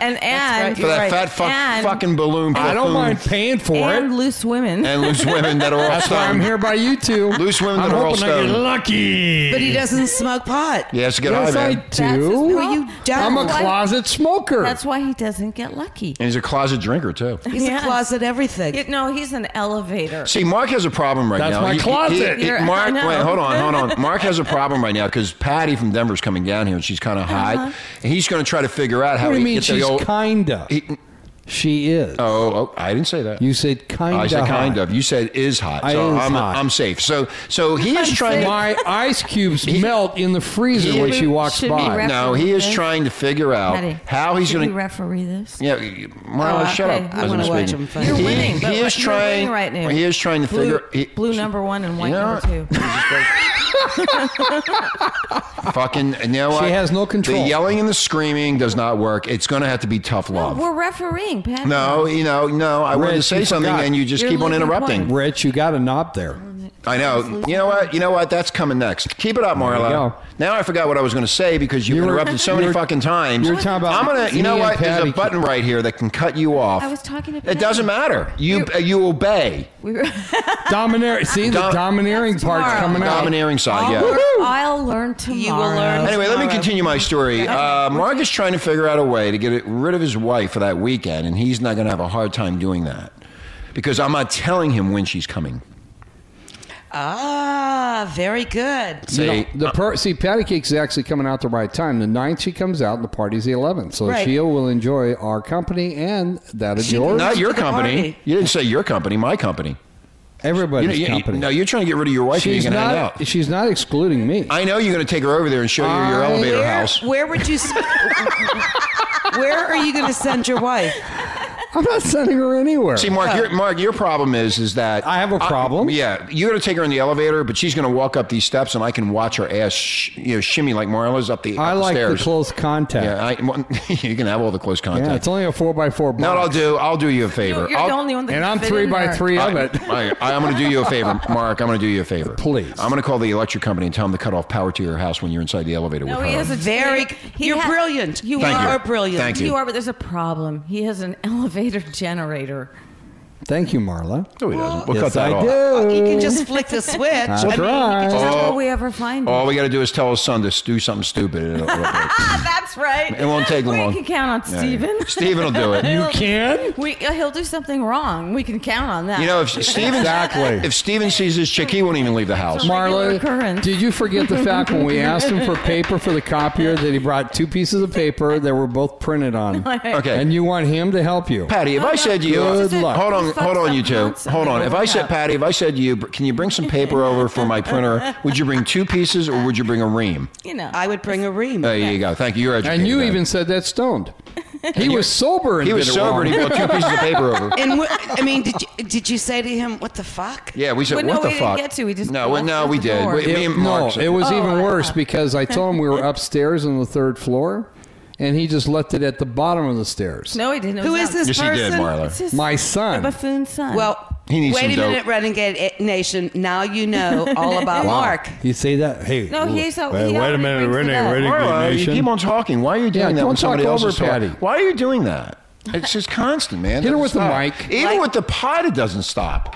and
right,
for that
You're
fat fuck,
And-
fucking balloon.
I don't
buffoon
mind paying for
and
it.
loose women.
And loose women that are all
That's why I'm
stoned.
here by you two.
Loose women
I'm
that are all
hoping I get
stoned.
Lucky.
But he doesn't smoke pot.
He has to get
Yes,
high,
I
man.
That's his
do.
problem.
you don't.
I'm a
Why-
closet smoker.
That's why he doesn't get lucky.
and he's a closet drinker too.
He's
Yeah.
a closet everything.
It- no, he's an elevator.
See, Mark has a problem right
That's
now.
my closet.
You're-
Mark,
I know.
wait, hold on, hold on. Mark has a problem right now because Patty from Denver's coming down here and she's kind
Uh-huh.
of high, and he's going to try to figure out how
what do
he
you mean
gets the
she's
old.
kinda?
he-
she is.
oh, oh, I didn't say that.
You said kinda.
I said kind
hot.
of. You said is hot.
I
so
is
I'm,
hot.
I'm safe. So so he is trying to.
My ice cubes melt in the freezer
He-
when she walks
Should be
by.
ref-
No, he is
Okay.
trying to figure out
Patty,
how he's
should
going
we referee this.
Yeah, you- Marla,
Oh,
shut
okay.
up.
I
as
wanna
I'm
watch
speaking.
him fight. You're
He-
winning,
He,
but
is
you're winning
trying
right now.
He is trying to
Blue-
figure. he-
blue number one and white
You know
number
what? Fucking. You know what?
She has no control.
The yelling and the screaming does not work. It's going to have to be tough love.
We're refereeing, Patty.
no, you know, no. I wanted
Rich,
to say
you
something,
forgot.
and you just
You're
keep on
losing
interrupting.
points.
Rich, you got a knob there.
I know. You know what? You know what? That's coming next. Keep it up, Marla.
go.
Now I forgot what I was going to say because you,
You were-
interrupted so many
you were-
fucking times.
you were talking about
I'm gonna. You
me
know
and
what? There's a
Patty.
button right here that can cut you off.
I was talking to
It doesn't
Patty.
matter. You you, obey.
We were,
Domineering. See,
Dom-
the domineering part's
tomorrow.
coming out.
Domineering side. Yeah.
I'll learn tomorrow.
You will learn.
Anyway, let me
Tomorrow.
continue my story. Uh, Mark is trying to figure out a way to get it- rid of his wife for that weekend, and he's not going to have a hard time doing that because I'm not telling him when she's coming.
ah, very good.
You know,
Say,
Uh,
the per- see, patty cake's actually coming out the right time. The 9th she comes out, and the party's the 11th. So
Right.
she will enjoy our company and that of yours.
not your
the
company.
party.
You didn't say your company, my company. You,
Everybody's
you- you-
company.
no, you're trying to get rid of your wife
she's
and you're going to hang
not.
out.
She's not excluding me.
I know you're going to take her over there and show her your
I-
elevator
Where,
house.
where would you? s- where are you going to send your wife?
I'm not sending her anywhere.
See, Mark, your, Mark, your problem is is that
I have a problem.
yeah, you're going to take her in the elevator, but she's going to walk up these steps, and I can watch her ass, sh- you know, shimmy like Marla's up the.
I
up the
like
stairs.
the close contact.
Yeah, I, well, you can have all the close
Yeah,
contact.
it's only a four by four
no, what I'll
box.
do. I'll do you a
You're
favor.
the
I'll,
only one that
and
can
I'm
fit
three
in
by
there.
three
I,
of it.
I, am going to do you a favor, Mark. I'm going to do you a favor.
Please.
I'm going to call the electric company and tell them to cut off power to your house when you're inside the elevator
No,
with
he
her.
has a
Very- you're brilliant.
You
Thank you.
are
brilliant.
Thank you.
You are, but there's a problem. He has an elevator generator.
Thank you, Marla.
no, he doesn't. We'll
yes,
cut that
I
off.
do.
You can just flick the switch.
That's
I mean,
right.
That's
Oh.
where we ever find
All
him.
we got to do is tell his son to do something stupid. and it'll- it'll work.
Ah, that's right.
It won't take
we
long.
can count on
Yeah.
Steven.
Steven will do it.
You can?
We, uh, he'll do something wrong. We can count on that.
You know, if Steven
Exactly.
if Steven sees his chick, he won't even leave the house.
regular
Marla,
occurrence.
did you forget the fact when we asked him for paper for the copier that he brought two pieces of paper that were both printed on?
Okay.
And you want him to help you?
Patty, if I said to you,
Good
hold
luck.
on,
Fucks
hold on,
up
you two,
nonsense.
hold on. If I
Yeah.
said, Patty, if I said to you, "Br- can you bring some paper over for my printer? Would you bring two pieces or would you bring a ream?
you know.
I would bring a ream.
There you go. Thank you. You're educated.
And you
then.
even said that stoned. He was sober. And
He was
did it
sober and he
wrong.
put two pieces of paper over.
And what, I mean, did you, did you say to him, "What the fuck"?
Yeah, we said,
But no,
what the
we didn't
fuck?
get to, we just
no, well, no,
walked
we
out the
did.
door.
We, me
It-
and Mark.
no, it was
Oh,
even
I
worse
thought.
because I told him we were upstairs on the third floor, and he just left it at the bottom of the stairs.
No, he didn't. It
Who
was
is
out-
this
yes, he
person?
did,
It's
Marla.
his
My son.
buffoon son.
Well,
He needs
wait
some
a
dope.
minute, Renegade Nation. Now you know all about Mark.
You say that? Hey,
no, he's out.
Hey,
he
wait a
already
minute,
brings it
Renee,
up.
Renee.
Marla, you
Nation.
keep on talking. Why are you doing
Yeah,
that
don't
when somebody
talk
else
over
is talking?
Patty.
Why are you doing that? It's just constant, man.
Hit her
Doesn't
with the
stop.
mic.
Even
Like-
with the pot, it doesn't stop.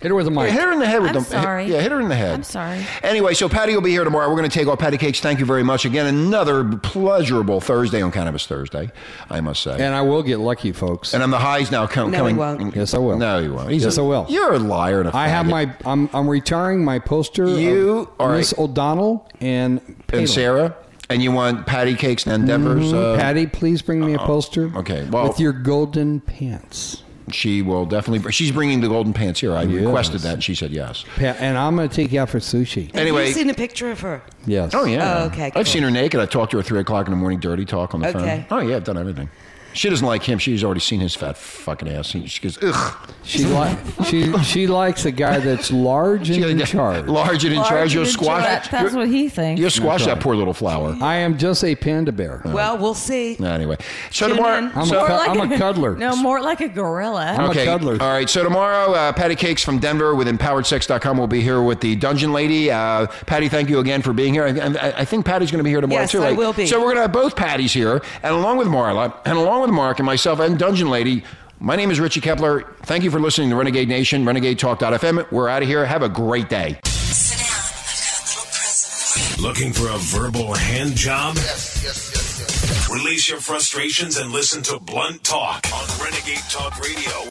hit her with a mic.
Yeah, hit her in the head with
I'm
the.
sorry.
Yeah, hit her in the head.
I'm sorry.
Anyway, so Patty will be here tomorrow. We're going to take all patty cakes. Thank you very much again. Another pleasurable Thursday on Cannabis Thursday, I must say.
and I will get lucky, folks.
And I'm the highs now com-
No, he
coming.
won't.
Yes, I will.
No, you won't. He's
Yes,
a-
I will.
You're a liar and a
I have
faggot.
my. I'm, I'm retiring my poster.
You
of
are a-
Miss O'Donnell and Palin.
and Sarah, and you want patty cakes and Endeavors. Uh,
Mm-hmm. Patty, please bring me a poster.
okay, well-
with your golden pants.
She will definitely. br- She's bringing the golden pants here. I requested that, and she said yes.
Pa- and I'm going to take you out for sushi.
Have
Anyway.
you seen a picture of her?
Yes.
Oh yeah.
Oh, okay, cool.
I've seen her naked. I talked to her at three o'clock in the morning, dirty talk on the
Okay.
phone. Oh yeah, I've done everything. She doesn't like him. She's already seen his fat fucking ass. and She goes, ugh.
She li- she she likes a guy that's large and
She
in
goes,
charge.
Large and in
Large
charge. You'll
and in
squash.
charge. That's
you'll-
what he thinks.
You'll squash that poor little flower.
I am just a panda bear.
Well, Oh, we'll see.
Anyway, so
Tune
tomorrow.
in.
I'm,
so,
a, cu- I'm a cuddler.
No, more like a gorilla.
I'm a cuddler.
All right. So tomorrow, uh, Patty Cakes from Denver with EmpoweredSex.com will be here with the Dungeon Lady. Uh, Patty, thank you again for being here. I, I, I think Patty's going to be here tomorrow
Yes,
too.
I
right?
will be.
So we're going to have both Patties here, and along with Marla, and along with Mark and myself, and Dungeon Lady. My name is Richie Kepler. Thank you for listening to Renegade Nation, RenegadeTalk.fm. We're out of here. Have a great day.
Looking for a verbal hand job? Release your frustrations and listen to Blunt Talk on Renegade Talk Radio.